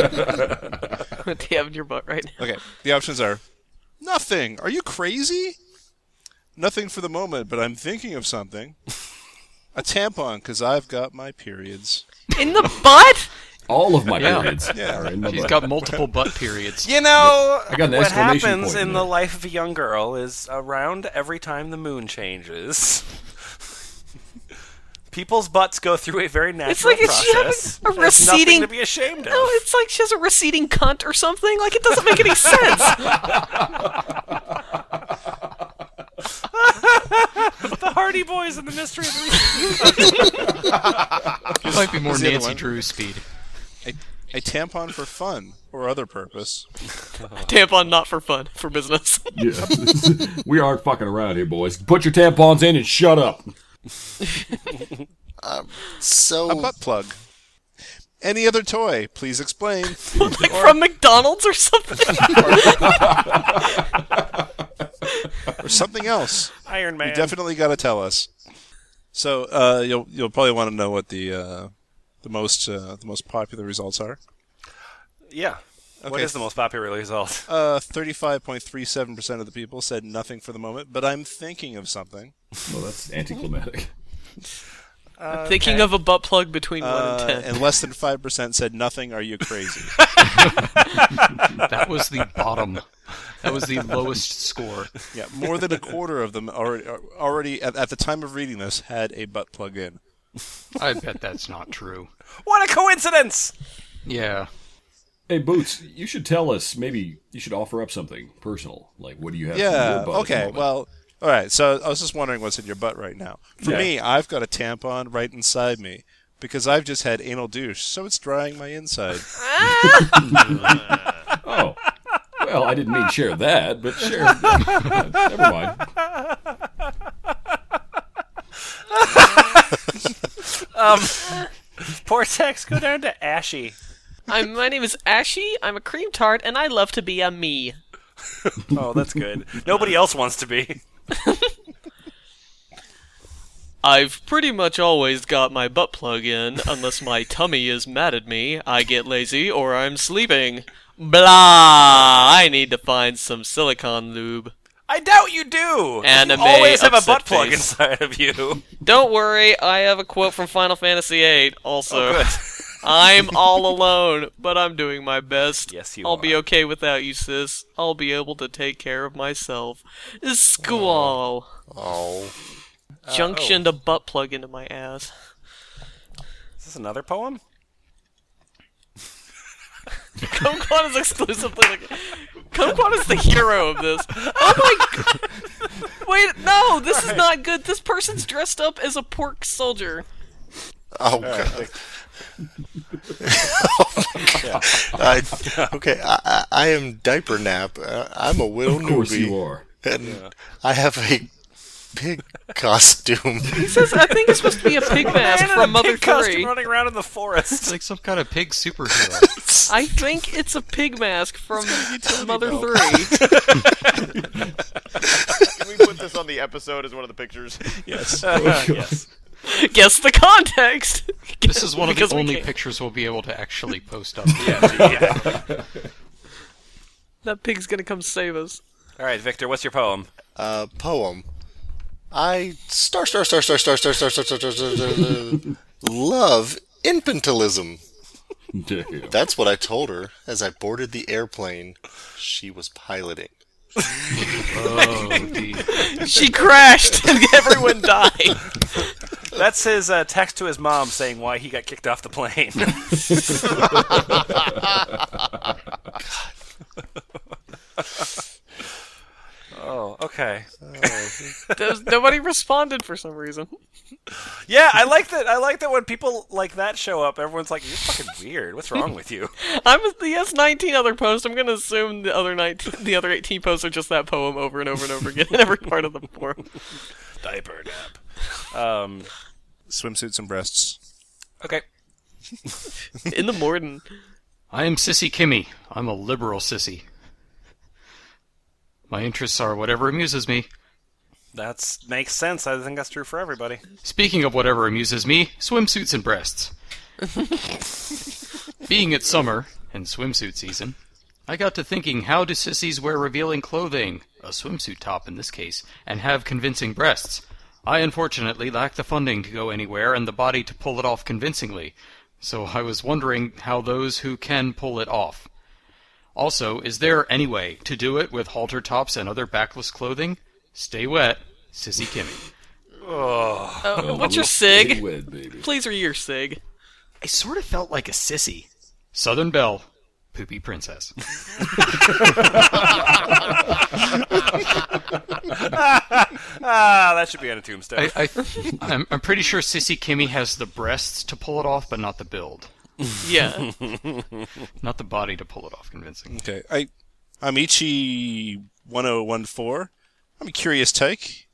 F: What do you have in your butt right now?
D: Okay, the options are nothing. Are you crazy? Nothing for the moment, but I'm thinking of something. A tampon, because I've got my periods.
F: In the butt?
C: All of my
D: Yeah.
C: periods
D: Yeah.
C: are in my
D: She's
C: butt.
D: got
E: multiple butt periods.
B: You know,
C: I got an
B: what
C: exclamation
B: happens
C: point
B: in
C: in
B: the life of a young girl is around every time the moon changes. People's butts go through a very natural
F: It's like it's she
B: process.
F: has a
B: There's
F: receding.
B: nothing to be ashamed of.
F: No, it's like she has a receding cunt or something. Like it doesn't make any sense.
B: the Hardy Boys and the Mystery of the
E: It might be more
D: Is the other
E: Nancy
D: one?
E: Drew speed.
D: A, a tampon for fun or other purpose.
F: Tampon not for fun, for business.
C: Yeah. we aren't fucking around here, boys. Put your tampons in and shut up.
H: so
D: a butt plug. Any other toy? Please explain.
F: like from McDonald's or something.
D: or something else.
B: Iron Man.
D: You definitely got to tell us. So uh, you'll you'll probably want to know what the uh, the most uh, the most popular results are.
B: Yeah. What
D: Okay.
B: is the most popular result?
D: Uh, thirty-five point three seven percent of the people said nothing for the moment, but I'm thinking of something.
C: Well, that's anticlimactic.
F: I'm Thinking of a butt plug between one
D: Uh,
F: and ten.
D: and less than five percent said nothing. Are you crazy?
E: That was the bottom. That was the lowest score.
D: yeah, more than a quarter of them already already at, at the time of reading this had a butt plug in.
E: I bet that's not true.
B: What a coincidence!
E: Yeah.
C: Hey, Boots, you should tell us. Maybe you should offer up something personal. Like, what do you have? in
D: Yeah.
C: your butt at the
D: Okay.
C: moment?
D: Well. All right. So I was just wondering what's in your butt right now. For
C: Yeah.
D: me, I've got a tampon right inside me because I've just had anal douche, so it's drying my inside.
C: Oh. Well, I didn't mean share that, but share. Never mind.
B: Um, poor Tex, go down to Ashy.
F: I'm, my name is Ashy. I'm a cream tart, and I love to be a me.
B: Oh, that's good. Nobody else wants to be.
F: I've pretty much always got my butt plug in, unless my tummy is mad at me, I get lazy, or I'm sleeping. Blah! I need to find some silicone lube.
B: I doubt you do.
F: Anime
B: you always have a
F: upset
B: butt plug
F: face.
B: inside of you.
F: Don't worry, I have a quote from Final Fantasy VIII. Also,
B: Oh, good.
F: I'm all alone, but I'm doing my best.
B: Yes, you
F: I'll be okay without you, sis. I'll be able to take care of myself.
B: Oh.
F: Squall.
H: Oh.
F: Junctioned a Uh, butt plug into my ass.
B: oh. Is this another poem?
F: Kumquat is exclusively like. Kumquat is the hero of this. Oh my god! Wait, no, this is not good. This person's dressed up as a pork soldier.
H: Oh
A: Uh,
H: god. oh my god. I, okay, I, I, I am diaper nap. Uh, I'm a widow
C: Of course
H: newbie,
C: you are.
H: and I have a pig costume.
F: He says, "I think it's supposed to be a pig mask
B: Man in
F: from
B: a
F: Mother
B: pig costume
F: Three.
B: running around in the forest.
E: It's like some kind of pig superhero.
F: I think it's a pig mask from Mother Three.
A: Can we put this on the episode as one of the pictures?
D: yes.
B: yes.
F: Guess the context.
E: This is one of
F: Because
E: the
F: we
E: only
F: can't.
E: pictures we'll be able to actually post up.
F: That pig's gonna come save us.
B: All right, Victor, what's your poem?
H: uh, poem. I star star star star star star star star star star, star, star, star love infantilism.
C: Damn.
H: That's what I told her as I boarded the airplane she was piloting.
E: Oh, dear.
F: She crashed and everyone died.
B: That's his uh, text to his mom saying why he got kicked off the plane. oh, okay.
F: There's- nobody responded for some reason.
B: Yeah, I like that. I like that when people like that show up, everyone's like, "You're fucking weird. What's wrong with you?"
F: I'm the yes 19 other post. I'm gonna assume the other 19, the other 18 posts are just that poem over and over and over again in every part of the forum.
B: Diaper nap. Um.
D: Swimsuits and breasts.
B: Okay.
F: In the morning,
E: I am Sissy Kimmy. I'm a liberal sissy. My interests are whatever amuses me.
B: That's makes sense. I think that's true for everybody.
E: Speaking of whatever amuses me, swimsuits and breasts. Being it's summer and swimsuit season, I got to thinking how do sissies wear revealing clothing, a swimsuit top in this case, and have convincing breasts? I unfortunately lack the funding to go anywhere and the body to pull it off convincingly, so I was wondering how those who can pull it off. Also, is there any way to do it with halter tops and other backless clothing? Stay wet, Sissy Kimmy.
B: Oh.
F: Uh, what's your sig? Please are your sig.
E: I sort of felt like a sissy. Southern Belle, Poopy Princess.
B: ah, that should be on a tombstone.
E: I, I, I'm, I'm pretty sure Sissy Kimmy has the breasts to pull it off, but not the build.
F: Yeah.
E: not the body to pull it off convincingly.
D: Okay, I, I'm Ichi one zero one four. I'm a curious tyke.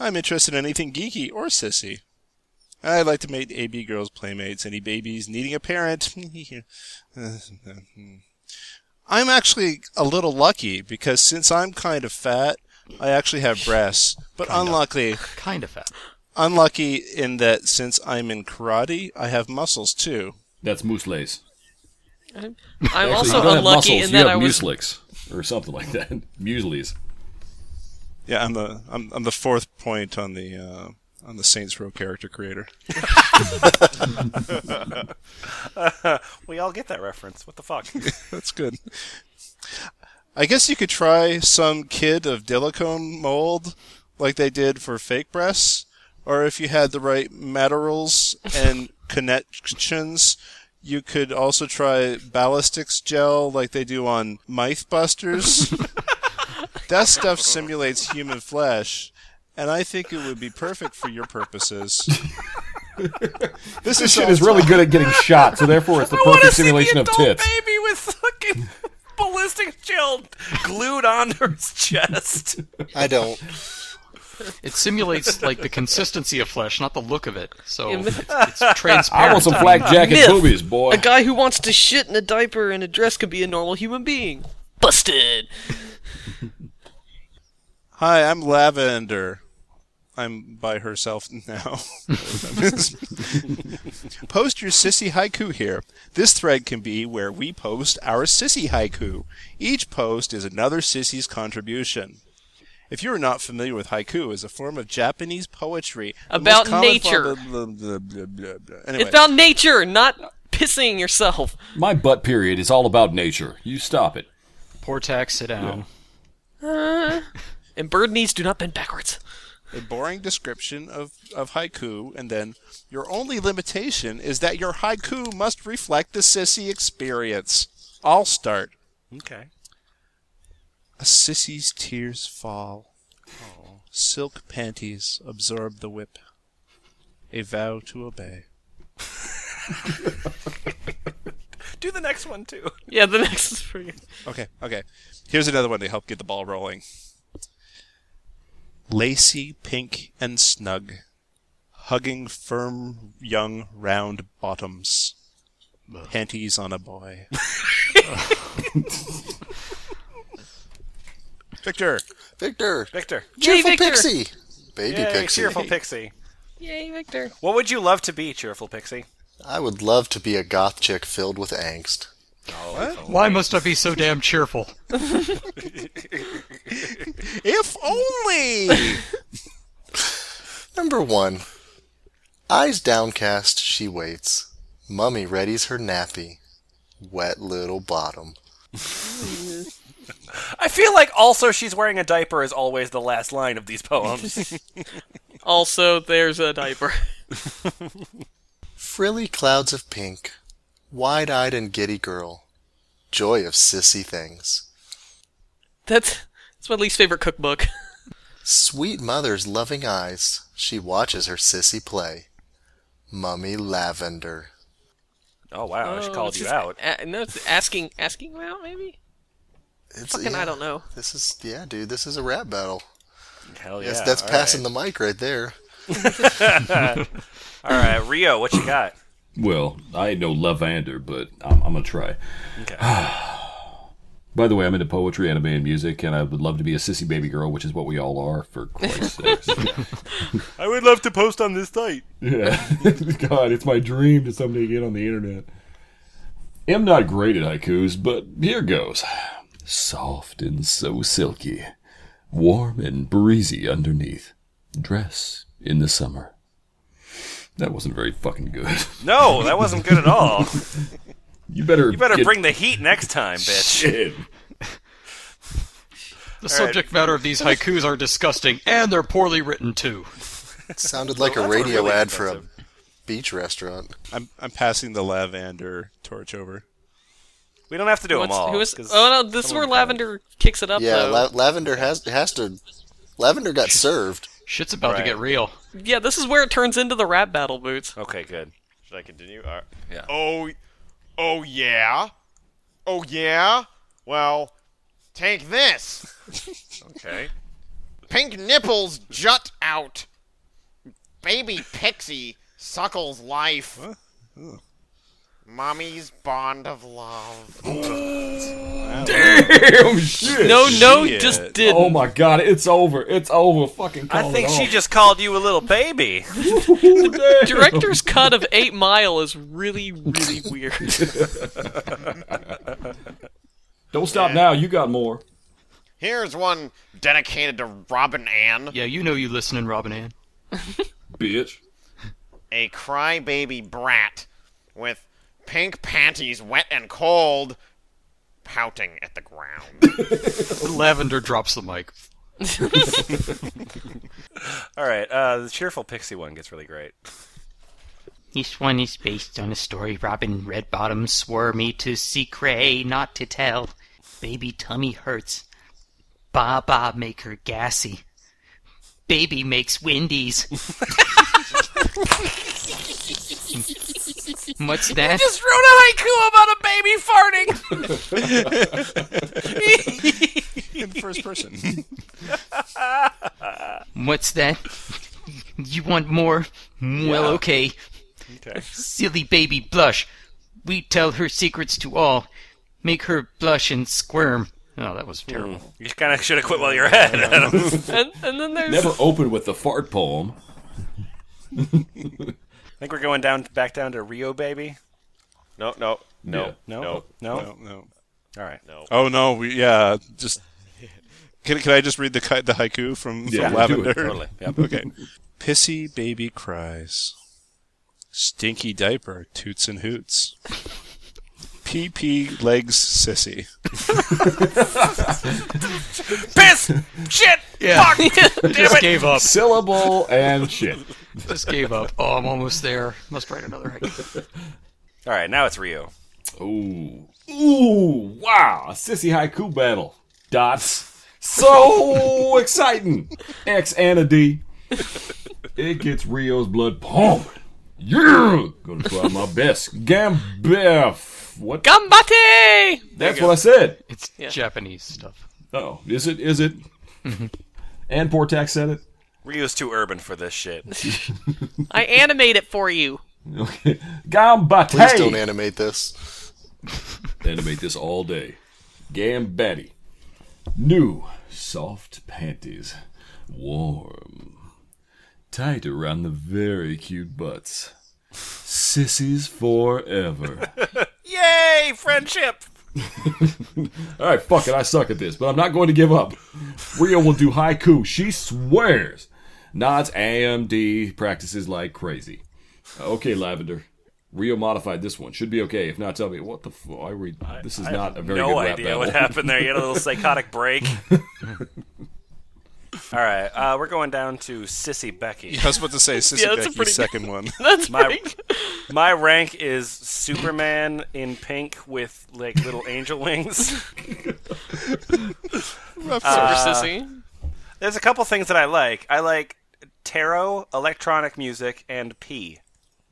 D: I'm interested in anything geeky or sissy. I like to make AB girls playmates. Any babies needing a parent? I'm actually a little lucky because since I'm kind of fat, I actually have breasts. But unlucky,
E: Kind of fat.
D: unlucky in that since I'm in karate, I have muscles too.
C: That's moose lace.
F: I'm,
C: Actually,
F: I'm
C: you
F: also
C: don't have
F: unlucky
C: muscles,
F: in
C: you
F: that
C: have
F: I was.
C: mueslicks or something like that. Mueslies.
D: Yeah, I'm the I'm, I'm the fourth point on the uh, on the Saints Row character creator.
B: we all get that reference. What the fuck?
D: That's good. I guess you could try some kid of silicone mold, like they did for fake breasts, or if you had the right materials and connections, you could also try ballistics gel, like they do on Myth Busters. that stuff simulates human flesh, and I think it would be perfect for your purposes.
C: This,
D: is
C: shit
D: all
C: is really good at getting shot, so therefore it's the perfect simulation of tits.
B: baby with fucking ballistic gel glued onto his chest.
H: I don't.
E: It simulates like the consistency of flesh, not the look of it. So
F: Yeah,
E: it's,
F: myth.
E: it's transparent.
C: I want some flak jacket
F: Myth.
C: boobies, boy.
F: A guy who wants to shit in a diaper and a dress can be a normal human being. Busted.
D: Hi, I'm Lavender. I'm by herself now. post your sissy haiku here. This thread can be where we post our sissy haiku. Each post is another sissy's contribution. If you are not familiar with haiku, is a form of Japanese poetry the most
F: About
D: common
F: nature.
D: form- blah, blah, blah, blah, blah. Anyway,
F: It's about nature, not pissing yourself.
C: My butt period is all about nature. You stop it.
E: Poor tax, sit down.
F: Uh, and bird knees do not bend backwards.
D: a boring description of, of haiku, and then your only limitation is that your haiku must reflect the sissy experience. I'll start.
B: Okay.
D: A sissy's tears fall. Silk panties absorb the whip. A vow to obey.
B: Do the next one too.
F: Yeah, the next is pretty good.
D: Okay, okay. Here's another one to help get the ball rolling. Lacy, pink, and snug, hugging firm, young, round bottoms. Panties on a boy. Victor,
H: Victor,
B: Victor.
H: cheerful
F: Victor.
H: pixie, baby
B: Yay,
H: pixie.
B: Cheerful Pixie.
F: Yay, Victor.
B: What would you love to be, Cheerful Pixie?
H: I would love to be a goth chick filled with angst.
E: Why must I be so damn cheerful?
D: if only.
H: Number one. Eyes downcast, she waits. Mummy readies her nappy. Wet little bottom.
B: I feel like also she's wearing a diaper is always the last line of these poems.
F: Also, there's a diaper.
H: Frilly clouds of pink. Wide eyed and giddy girl. Joy of sissy things.
F: That's that's my least favorite cookbook.
H: Sweet mother's loving eyes. She watches her sissy play. Mummy lavender.
B: oh wow, I she
F: Oh,
B: called
F: it's
B: you
F: just
B: out.
F: a- no, it's asking asking about maybe.
H: It's,
F: Fucking, I don't know.
H: This is yeah, dude. This is a rap battle.
B: Hell yeah.
H: Yes, that's
B: all
H: passing the mic right there.
B: right. All right, Rio, what you got?
C: Well, I ain't no Levander, but I'm, I'm gonna try.
B: Okay.
C: By the way, I'm into poetry, anime, and music, and I would love to be a sissy baby girl, which is what we all are, for Christ's sakes.
B: I would love to post on this site.
C: Yeah. God, it's my dream to someday get on the internet. I'm not great at haikus, but here goes. Soft and so silky, warm and breezy underneath, dress in the summer. That wasn't very fucking good.
B: No, that wasn't good at all.
C: You better
B: You better
C: get-
B: bring the heat next time, bitch.
C: Shit.
E: The subject matter of these haikus are disgusting, and they're poorly written too.
H: It sounded like a radio ad for a beach restaurant.
D: I'm I'm passing the lavender torch over.
B: We don't have to do
F: What's-
B: them all.
F: Who is,
B: 'cause
F: oh no, this is where Lavender kicks it up.
H: yeah,
F: though.
H: la- lavender has has to. Lavender got served.
E: Shit's about to get real.
F: yeah, this is where it turns into the rap battle boots.
B: Okay, good.
A: Should I continue? All right.
B: Yeah.
A: Oh, oh yeah, oh yeah. Well, take this.
B: Okay.
A: Pink nipples jut out. Baby pixie suckles life. Mommy's bond of love.
C: Damn shit.
F: No, no, just did.
C: Oh my god, it's over. It's over. Fucking call
B: I think
C: it
B: she
C: off.
B: just called you a little baby.
F: Director's cut of Eight Mile is really, really weird.
C: Don't stop now. You got more.
A: Here's one dedicated to Robin Ann.
E: Yeah, you know you listening, Robin Ann.
C: Bitch.
A: a crybaby brat with pink panties wet and cold pouting at the ground.
E: Lavender drops the mic.
B: All right. Uh, the cheerful pixie one gets really great.
I: This one is based on a story Robin Redbottom swore me to secret not to tell. Baby tummy hurts. Baba make her gassy. Baby makes Wendy's. What's that?
K: just wrote a haiku about a baby farting.
D: In first person.
I: What's that? You want more? Well,
B: Yeah.
I: okay. Silly baby blush. We tell her secrets to all. Make her blush and squirm. Oh, that was terrible.
B: Hmm. You kind of should have quit while you're ahead. Adam.
F: And, and then there's
C: Never open with the fart poem.
B: I think we're going down back down to Rio, baby.
A: No, no, no,
C: Yeah.
B: No,
A: no,
B: no.
D: No, no.
B: All right.
A: no.
D: Oh no, we, yeah, just can, can I just read the ki- the haiku from,
C: Yeah,
D: from
C: do it.
D: Lavender?
B: Totally. Yep.
D: Okay. Pissy baby cries. Stinky diaper toots and hoots. Pee pee legs sissy.
B: Piss. Shit.
E: Yeah,
B: Fuck. Damn
E: just
B: it.
E: gave up.
C: Syllable and shit.
E: Just gave up. Oh, I'm almost there. Must write another haiku.
B: All right. Now it's Rio.
C: Ooh. Ooh, wow. A sissy haiku battle. Dots. So exciting. X and a D. It gets Rio's blood pumping. Yeah! Gonna try my best. Gambiff. What?
F: Gambate.
C: That's what I said.
E: It's Japanese stuff.
C: Oh, is it? Is it? and Portax said it.
B: Rio's too urban for this shit.
F: I animate it for you.
C: Okay. Gambate.
H: Please don't animate this.
C: Animate this all day. Gambatti. New soft panties. Warm. Tight around the very cute butts. Sissies forever.
B: Yay, friendship.
C: all right, fuck it. I suck at this, but I'm not going to give up. Rio will do haiku. She swears. Nods AMD practices like crazy. Okay, Lavender. Rio modified this one. Should be okay. If not, tell me what the fuck. I read. This is not a very
B: no
C: good rap
B: idea
C: battle.
B: what happened there. You had a little psychotic break. All right, uh, we're going down to Sissy Becky.
D: I was about to say sissy
F: Yeah, that's a
D: Becky's
F: pretty-
D: second one.
F: That's
B: My-
F: right.
B: My rank is Superman in pink with like little angel wings. Uh,
F: Super sissy.
B: There's a couple things that I like. I like tarot, electronic music, and P.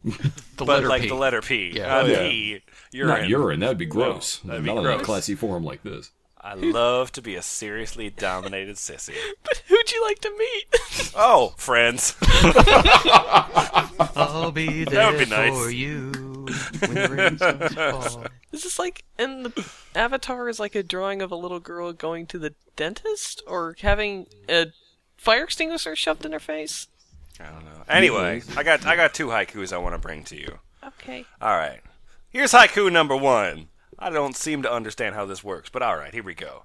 E: The
B: But
E: letter
B: like
E: P.
B: the letter P.
E: Yeah.
B: Uh,
C: Oh, Yeah.
B: P. Urine.
C: Not urine. That'd be gross.
B: that'd be
C: Not in
B: gross.
C: a classy forum like this.
B: I love to be a seriously dominated sissy.
F: But who'd you like to meet?
B: Oh, friends.
I: I'll be there
B: would be nice.
I: for you.
K: when the rain starts falling.
F: Is this like, and the avatar is like a drawing of a little girl going to the dentist or having a fire extinguisher shoved in her face?
B: I don't know. Anyway, I got I got two haikus I want to bring to you.
F: Okay.
B: All right. Here's haiku number one. I don't seem to understand how this works, but all right, here we go.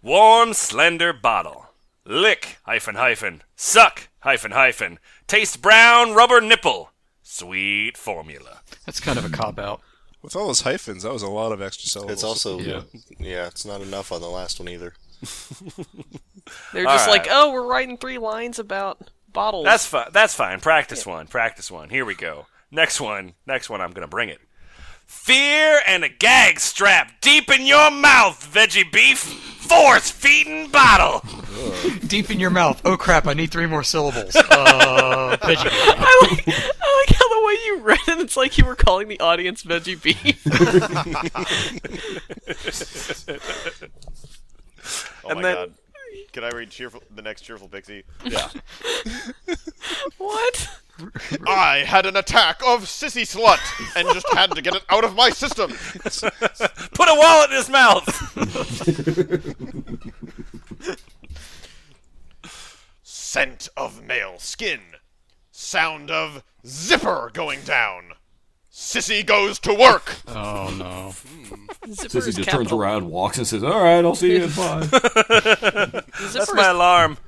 B: Warm, slender bottle. Lick, hyphen, hyphen. Suck, hyphen, hyphen. Taste brown rubber nipple. Sweet formula.
E: That's kind of a cop out.
D: With all those hyphens, that was a lot of extra syllables.
H: It's also yeah. it's not enough on the last one either.
F: They're
B: All
F: just like,
B: right.
F: oh, we're writing three lines about bottles.
B: That's fine. That's fine. Practice one. Practice one. Here we go. Next one. Next one. I'm gonna bring it. Fear and a gag strap deep in your mouth, veggie beef. Force feeding bottle.
E: Deep in your mouth. Oh crap! I need three more syllables. Uh, veggie.
F: I like, I like how the way you read it, it's like you were calling the audience veggie beef.
A: Oh
B: And
A: my
B: then-
A: god. Can I read cheerful, the next cheerful pixie?
B: Yeah.
F: what?
A: I had an attack of sissy slut and just had to get it out of my system.
B: Put a wallet in his mouth.
A: Scent of male skin. Sound of zipper going down. Sissy goes to work.
E: Oh no.
F: Zipper
C: Sissy
F: is
C: just turns
F: capital.
C: around, walks, and says, "All right, I'll see you at five.
B: That's
F: Zipper
B: my
F: is,
B: alarm.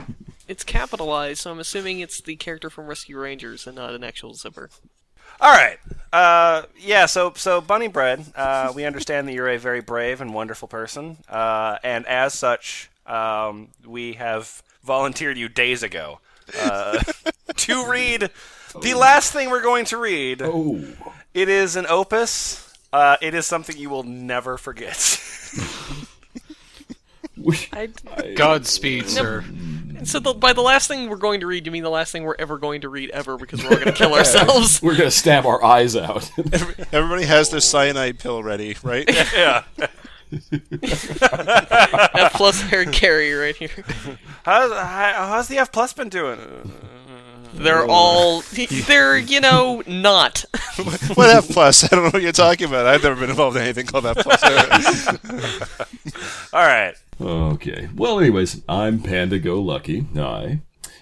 F: it's capitalized, so I'm assuming it's the character from Rescue Rangers and not an actual zipper.
B: All right. Uh, yeah. So, so Bunny Bread, uh, we understand that you're a very brave and wonderful person, uh, and as such, um, we have volunteered you days ago uh, to read the last thing we're going to read.
C: Oh,
B: It is an opus. Uh, it is something you will never forget.
F: I,
E: Godspeed, sir.
F: so the, by the last thing we're going to read, you mean the last thing we're ever going to read ever because we're all going to kill ourselves.
C: we're gonna stab our eyes out."
D: Everybody has their cyanide pill ready, right?
B: yeah.
F: F plus Harry Carey right here.
B: How's, how, how's the F plus been doing?
F: They're all they're you know not.
D: what F plus? I don't know what you're talking about. I've never been involved in anything called F plus.
B: All right.
C: Okay. Well, anyways, I'm Panda Go Lucky. I,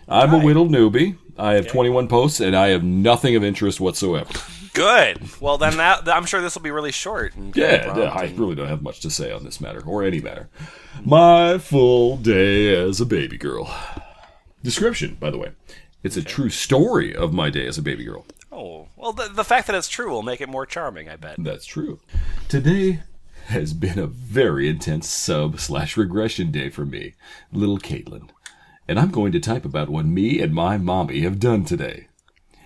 C: I'm a whittled newbie. I have 21 posts, and I have nothing of interest whatsoever.
B: Good. Well, then that, I'm sure this will be really short. And
C: Yeah, yeah, I really don't have much to say on this matter or any matter. My full day as a baby girl. Description, by the way. It's a true story of my day as a baby girl.
B: Oh, well, the, the fact that it's true will make it more charming, I bet.
C: That's true. Today has been a very intense sub slash regression day for me, little Caitlin. And I'm going to type about what me and my mommy have done today.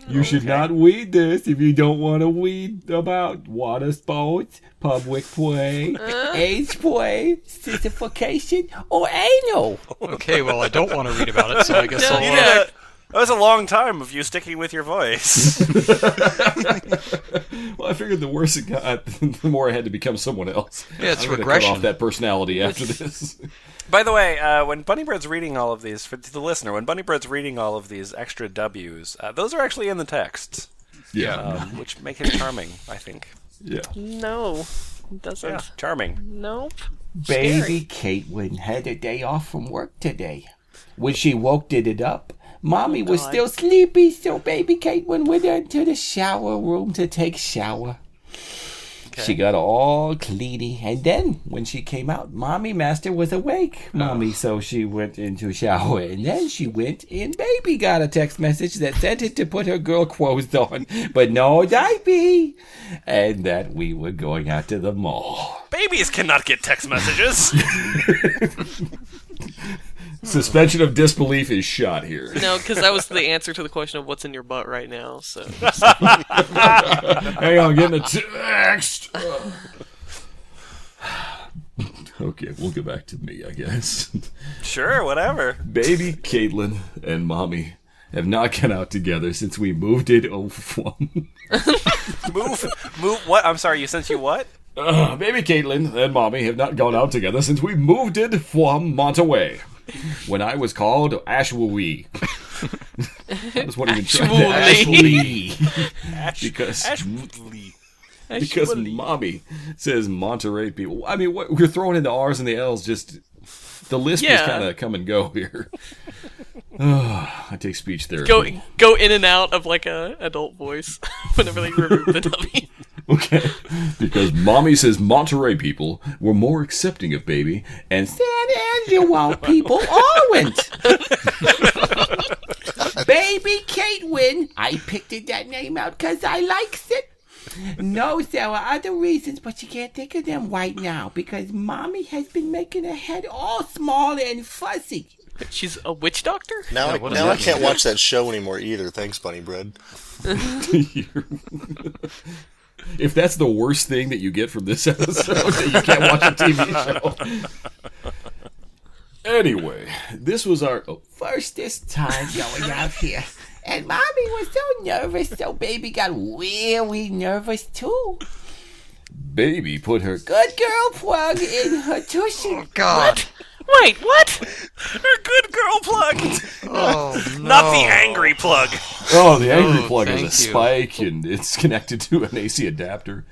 C: You should not weed this if you don't want to weed about water sports, public play,
B: Uh.
C: age play, sissification, or anal.
E: Okay. Well, I don't want to read about it, so I guess I'll.
F: Yeah.
E: uh,
B: Yeah. That was a long time of you sticking with your voice.
C: Well, I figured the worse it got, the more I had to become someone else.
E: Yeah, it's
C: I'm gonna cut
E: regression.
C: off that personality after this.
B: By the way, uh, when Bunny Bread's reading all of these, for the listener, when Bunny Bread's reading all of these extra W's, uh, those are actually in the text,
C: Yeah,
B: um, which make it charming, I think.
C: yeah.
F: No, it doesn't.
B: Yeah, charming.
F: Nope.
L: Baby Caitlin had a day off from work today. When she woke, did it up. Mommy was
F: God.
L: still sleepy, so baby Caitlin went into the shower room to take shower. She got all cleany, and then when she came out, Mommy Master was awake, Mommy, so she went into shower, and then she went in. Baby got a text message that sent it to put her girl clothes on, but no diaper, and that we were going out to the mall.
B: Babies cannot get text messages.
C: Suspension of disbelief is shot here.
F: No, because that was the answer to the question of what's in your butt right now. So
C: Hang on, I'm getting a text. okay, we'll get back to me, I guess.
B: sure, whatever.
C: Baby Caitlin and mommy have not gone out together since we moved in 01.
B: Move, move. What? I'm sorry. You sent you what?
C: Ugh, Uh, baby Caitlin and mommy have not gone out together since we moved in from Monterey. When I was called Ashwee. I was wondering if you tried to
F: Ashwee.
C: Ashwee. because
B: Ash- Lee.
F: I
C: because
F: should-
C: mommy says Monterey people. I mean, what, we're throwing in the R's and the L's. Just the lisp is
F: Yeah.
C: kind of come and go here. I take speech therapy.
F: Go go in and out of like a adult voice whenever they remove the dummy.
C: Okay, because mommy says Monterey people were more accepting of baby and
J: San Angelo people aren't. Baby Catewin. I picked that name out because I likes it. No, there are other reasons, but you can't think of them right now because mommy has been making her head all small and fuzzy.
F: She's a witch doctor.
H: Now, I, now I can't watch that show anymore either. Thanks, Bunny Bread.
C: if that's the worst thing that you get from this episode, that you can't watch a TV show. Anyway, this was our. Oh,
J: First this time going out here.
L: And mommy was so nervous, so baby got really nervous too.
C: baby put her.
L: Good girl plug in her tushy.
C: God.
F: Wait, what?
B: Good girl plug.
L: Oh,
B: Not the
L: no.
B: angry plug.
C: Oh, the angry plug is a
B: thank you.
C: spike, and it's connected to an AC adapter.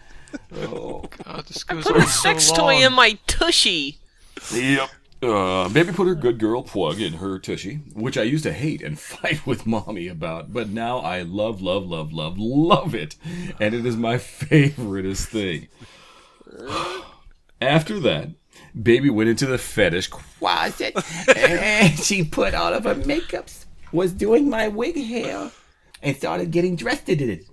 C: Oh, God, this goes
F: Put a sex toy in my tushy.
C: Yep. Uh, baby put her good girl plug in her tushy, which I used to hate and fight with mommy about, but now I love, love, love, love, love it, and it is my favoriteest thing. After that, baby went into the fetish. qu-
J: Closet. and she put all of her makeups, was doing my wig hair, and started getting dressed in it.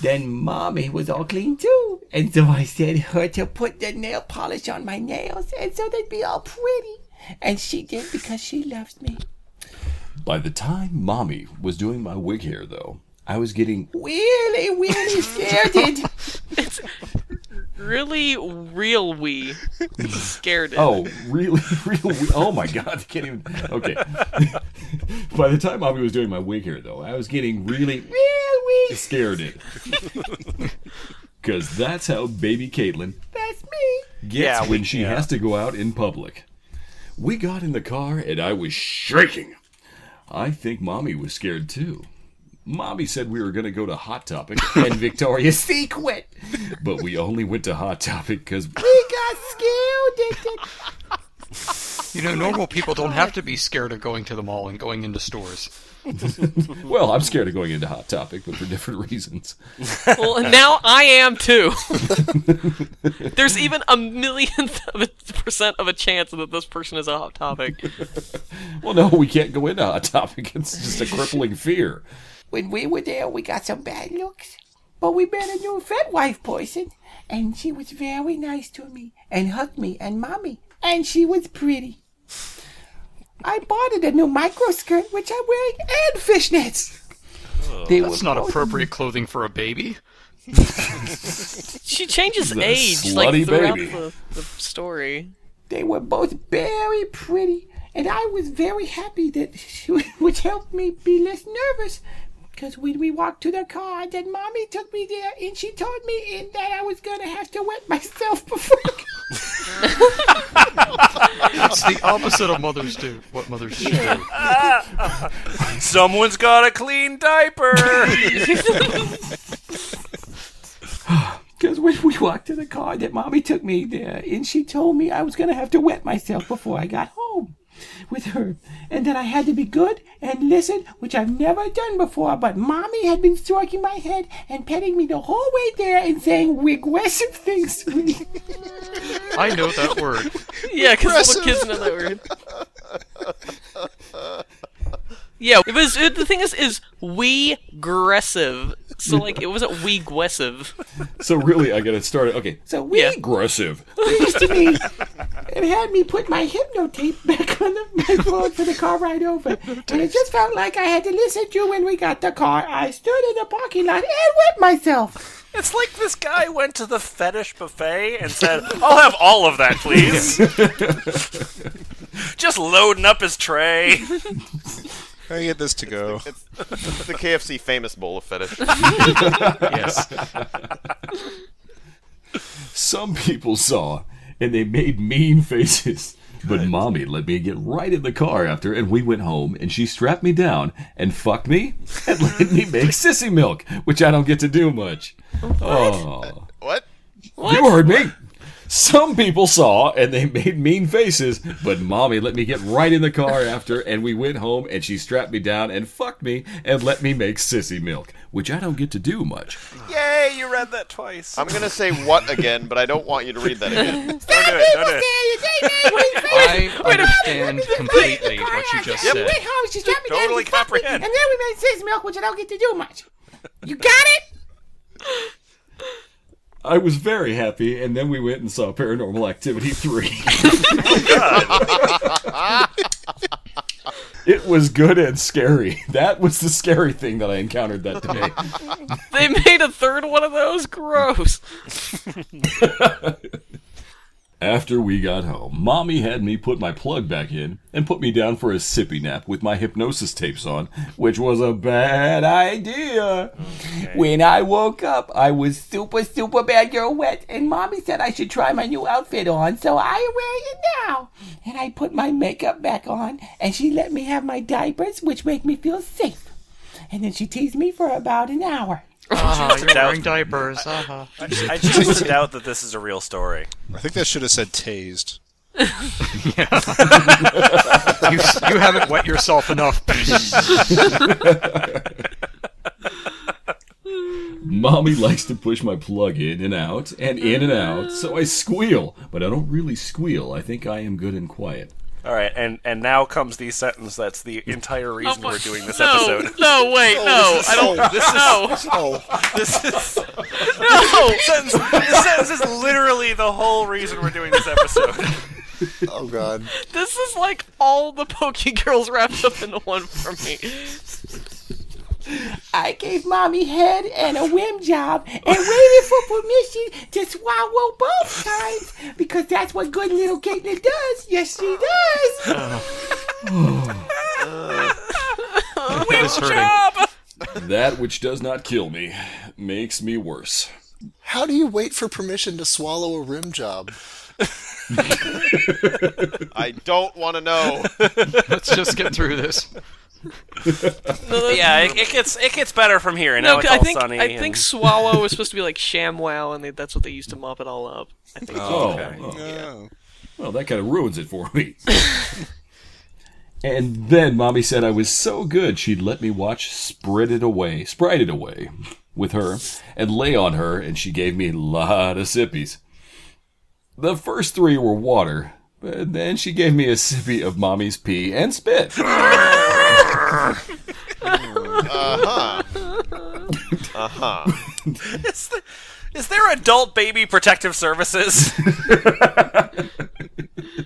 L: Then mommy was all clean too. And so I said her to put the nail polish on my nails and so they'd be all pretty. And she did because she loves me.
C: By the time mommy was doing my wig hair, though, I was getting
L: Really, really scared it.
F: Really, real we scared it.
C: Oh, really? Real? Oh my God! I can't even. Okay. By the time Mommy was doing my wig hair, though, I was getting really, really scared it, because that's how baby Caitlin
J: That's me.
C: gets
J: Yeah, we-
C: when she
J: yeah.
C: has to go out in public. We got in the car and I was shaking. I think Mommy was scared too. Mommy said we were going to go to Hot Topic and Victoria's Secret,
J: Secret.
C: but we only went to Hot Topic because
J: We got scared.
E: You know, normal people don't have to be scared of going to the mall and going into stores.
C: well, I'm scared of going into Hot Topic, but for different reasons.
F: Well, and now I am too. There's even a millionth of a percent of a chance that this person is a hot topic.
C: Well, no, we can't go into Hot Topic. It's just a crippling fear.
L: When we were there, we got some bad looks, but we met a new vet wife person, and she was very nice to me and hugged me and mommy, and she was pretty.
J: I bought it a new microskirt, which I'm wearing, and fishnets. They
E: That's
J: were
E: not
J: both-
E: appropriate clothing for a baby.
F: She changes
E: The
F: age like
E: slutty
F: throughout
E: baby.
F: the, the story.
J: They were both very pretty, and I was very happy that she, which helped me be less nervous. Because when we walked to the car, then mommy took me there, and she told me in that I was gonna have to wet myself before.
E: It's the opposite of mothers do. What mothers should do.
B: Someone's got a clean diaper.
J: Because when we walked to the car, that mommy took me there, and she told me I was gonna have to wet myself before I got home with her, and that I had to be good and listen, which I've never done before. But mommy had been stroking my head and petting me the whole way there and saying regressive things to me.
E: I know that word.
F: Yeah, because little kids know that word. Yeah, it was. It, the thing is, is we aggressive. So like, it wasn't we aggressive.
C: So really, I got to start. Okay,
J: so we
C: aggressive.
J: Please to me. It had me put my hypno tape back on the my phone for the car ride over. And it just felt like I had to listen to when we got the car. I stood in the parking lot and wet myself.
B: It's like this guy went to the fetish buffet and said, "I'll have all of that, please." Just loading up his tray.
D: Can I get this to go?
A: It's the KFC famous bowl of fetish.
C: Some people saw and they made mean faces. But mommy let me get right in the car after, and we went home, and she strapped me down and fucked me and let me make sissy milk, which I don't get to do much. Oh, You heard me. Some people saw and they made mean faces, but mommy let me get right in the car after, and we went home, and she strapped me down and fucked me and let me make sissy milk, which I don't get to do much.
B: Yay, you read that twice.
A: I'm gonna say what again, but I don't want you to read that again.
E: Don't do it. Don't do
I: I understand completely what you just
J: We
I: said.
J: went home, she strapped me down,
I: Totally
J: she fucked me,
I: comprehend.
J: and then we made sis milk, which I don't get to do much. You got it?
C: I was very happy, and then we went and saw Paranormal Activity 3.
A: Oh,
C: it was good and scary. That was the scary thing that I encountered that day.
F: They made a third one of those? Gross.
C: After we got home, mommy had me put my plug back in and put me down for a sippy nap with my hypnosis tapes on, which was a bad idea.
L: When I woke up, I was super, super bad girl wet, and mommy said I should try my new outfit on, so I wear it now. And I put my makeup back on, and she let me have my diapers, which make me feel safe. And then she teased me for about an hour.
I: Oh,
B: Uh-huh,
E: Oh, you're wearing diapers. Uh-huh.
B: I, I choose to doubt that this is a real story.
D: I think that should have said tased.
E: you, you haven't wet yourself enough.
C: Mommy likes to push my plug in and out and in and out, so I squeal, but I don't really squeal. I think I am good and quiet.
B: All right, and and now comes the sentence that's the entire reason we're doing this
F: no,
B: episode.
F: No, wait,
B: Oh,
F: no.
B: this is-
F: I don't.
B: oh, this
F: no.
B: is- This is
F: No.
B: This sentence, this sentence is literally the whole reason we're doing this episode.
H: Oh God.
F: This is like all the Pokey Girls wrapped up into one for me.
J: I gave mommy head and a whim job and waited for permission to swallow both times because that's what good little Caitlin does. Yes, she does.
E: That was hurting.
C: That which does not kill me makes me worse.
H: How do you wait for permission to swallow a rim job?
A: I don't want to know.
E: Let's just get through this.
B: yeah, it, it gets it gets better from here. You know,
F: no,
B: it's
F: 'cause I
B: all
F: think
B: sunny.
F: I
B: and-
F: think Swallow was supposed to be like ShamWow, and they, that's what they used to mop it all up. I think.
C: Oh, oh. Well, that kind of ruins it for me. and then mommy said I was so good she'd let me watch Spread It Away, Sprite It Away with her and lay on her, and she gave me a lot of sippies. The first three were water, but then she gave me a sippy of mommy's pee and spit.
E: Oh.
B: Uh-huh.
A: Uh huh. Uh huh.
B: is, the, is there adult baby protective services?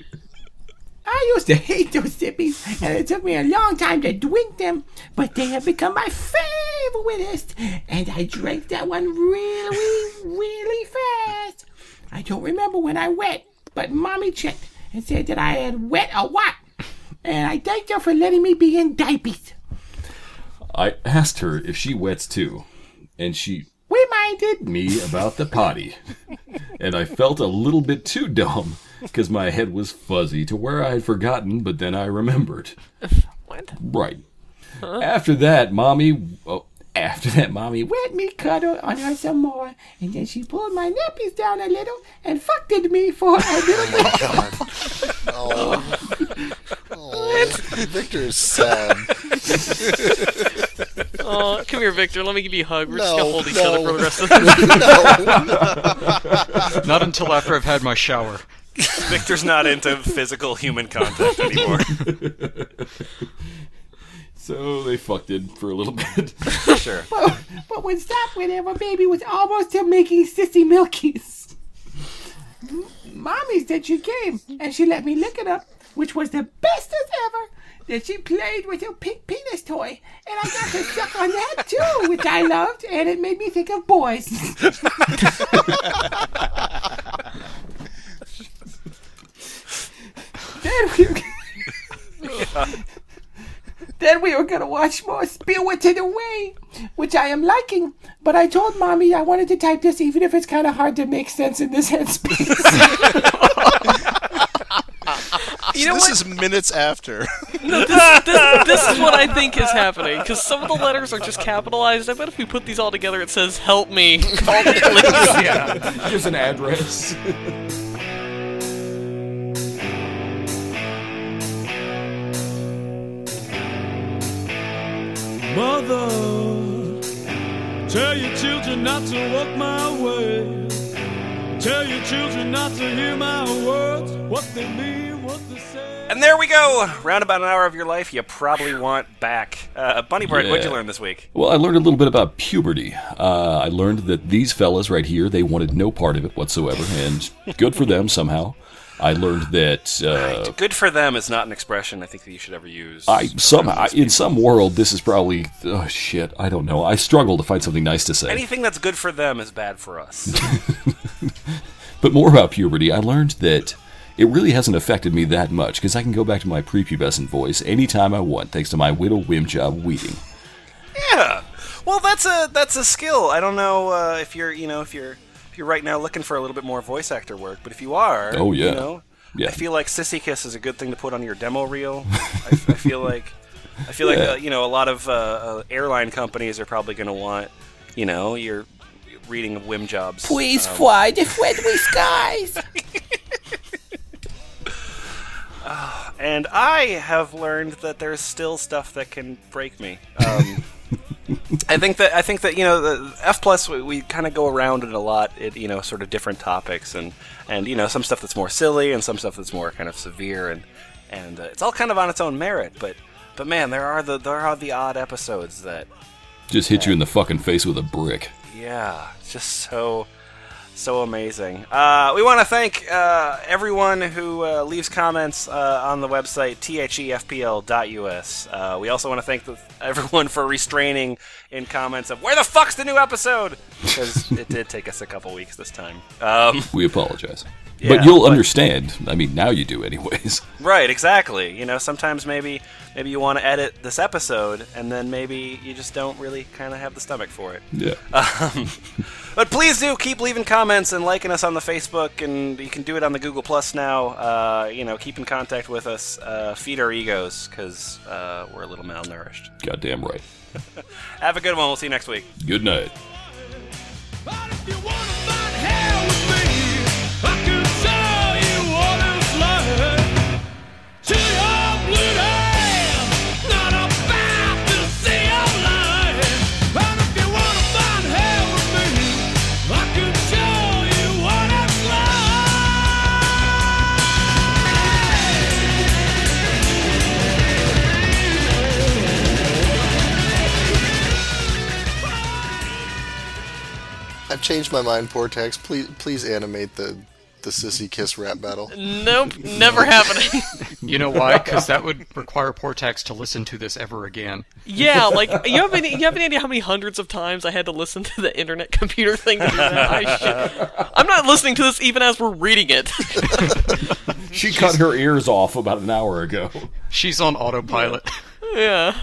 J: I used to hate those sippies, and it took me a long time to drink them, but they have become my favoriteest, and I drank that one really, really fast. I don't remember when I wet, but mommy checked and said that I had wet a lot, and I thanked her for letting me be in diapers.
C: I asked her if she wets too, and she
J: We minded.
C: me about the potty, and I felt a little bit too dumb because my head was fuzzy to where I had forgotten, but then I remembered.
F: What?
C: Right. After that, mommy. Oh, after that, mommy. went
J: Let me cuddle on her some more, and then she pulled my nappies down a little and fucked at me for a little bit.
H: Oh, Victor is sad.
F: Oh, come here, Victor. Let me give you a hug. We're just
H: No,
F: gonna hold each
H: no.
F: other for the rest of the
E: Not until after I've had my shower.
B: Victor's not into physical human contact anymore.
C: So they fucked it for a little bit.
B: sure.
J: but, but would stop whenever baby was almost to making sissy milkies. M- Mommy said she came and she let me lick it up, which was the bestest ever. That she played with her pink penis toy, and I got to suck on that too, which I loved, and it made me think of boys. then we were, then we were gonna watch more Spill It to the Way, which I am liking, but I told mommy I wanted to type this even if it's kind of hard to make sense in this headspace.
F: You know
D: this
F: what?
D: is minutes after.
F: No, this, this, this is what I think is happening because some of the letters are just capitalized. I bet if we put these all together, it says "Help me, call the police."
C: yeah, gives an address.
M: Mother, tell your children not to walk my way. Tell your children not to hear my words, what they mean, what they say.
B: And there we go. Round about an hour of your life you probably want back. Uh, Bunny Bird, what'd you
C: Yeah.
B: learn this week?
C: Well, I learned a little bit about puberty. Uh, I learned that these fellas right here, they wanted no part of it whatsoever, and good for them somehow. I learned that uh,
B: Good for them is not an expression I think that you should ever use.
C: I somehow, in some world, this is probably oh shit. I don't know. I struggle to find something nice to say.
B: Anything that's good for them is bad for us.
C: But more about puberty, I learned that it really hasn't affected me that much because I can go back to my prepubescent voice anytime I want, thanks to my widow whim job weeding.
B: yeah. Well, that's a that's a skill. I don't know uh, if you're you know if you're if you're right now looking for a little bit more voice actor work, but if you are,
C: Oh, yeah.
B: you know,
C: Yeah.
B: I feel like sissy kiss is a good thing to put on your demo reel. I, f- I feel like I feel like
C: Yeah.
B: uh, you know a lot of uh, uh, airline companies are probably going to want you know your reading of whim jobs.
J: Please
B: Um,
J: fly the friendly skies.
B: And I have learned that there's still stuff that can break me. Um, I think that I think that you know the F plus we, we kind of go around it a lot. It you know sort of different topics and and you know some stuff that's more silly and some stuff that's more kind of severe and and uh, it's all kind of on its own merit. But but man, there are the there are the odd episodes that
C: Just hit you in the fucking face with a brick.
B: yeah, it's just so so amazing. Uh, we want to thank uh, everyone who uh, leaves comments uh, on the website E thefpl.us. Uh, we also want to thank the, everyone for restraining in comments of where the fuck's the new episode because it did take us a couple weeks this time. Um,
C: we apologize,
B: Yeah,
C: but you'll understand. I mean, now you do, anyways.
B: Right, exactly. You know, sometimes maybe maybe you want to edit this episode, and then maybe you just don't really kind of have the stomach for it.
C: Yeah.
B: Um, but please do keep leaving comments and liking us on the Facebook, and you can do it on the Google Plus now. Uh, you know, keep in contact with us. Uh, feed our egos because uh, we're a little malnourished.
C: Goddamn right.
B: Have a good one. We'll see you next week.
C: Good night.
H: I've changed my mind, Portex. Please, please animate the the sissy kiss rap battle.
F: Nope, never happening.
E: You know why? Because that would require Portax to listen to this ever again.
F: Yeah, like you have any you have any idea how many hundreds of times I had to listen to the internet computer thing to do that? I should, I'm not listening to this even as we're reading it.
C: She cut her ears off about an hour ago.
E: She's on autopilot.
F: yeah.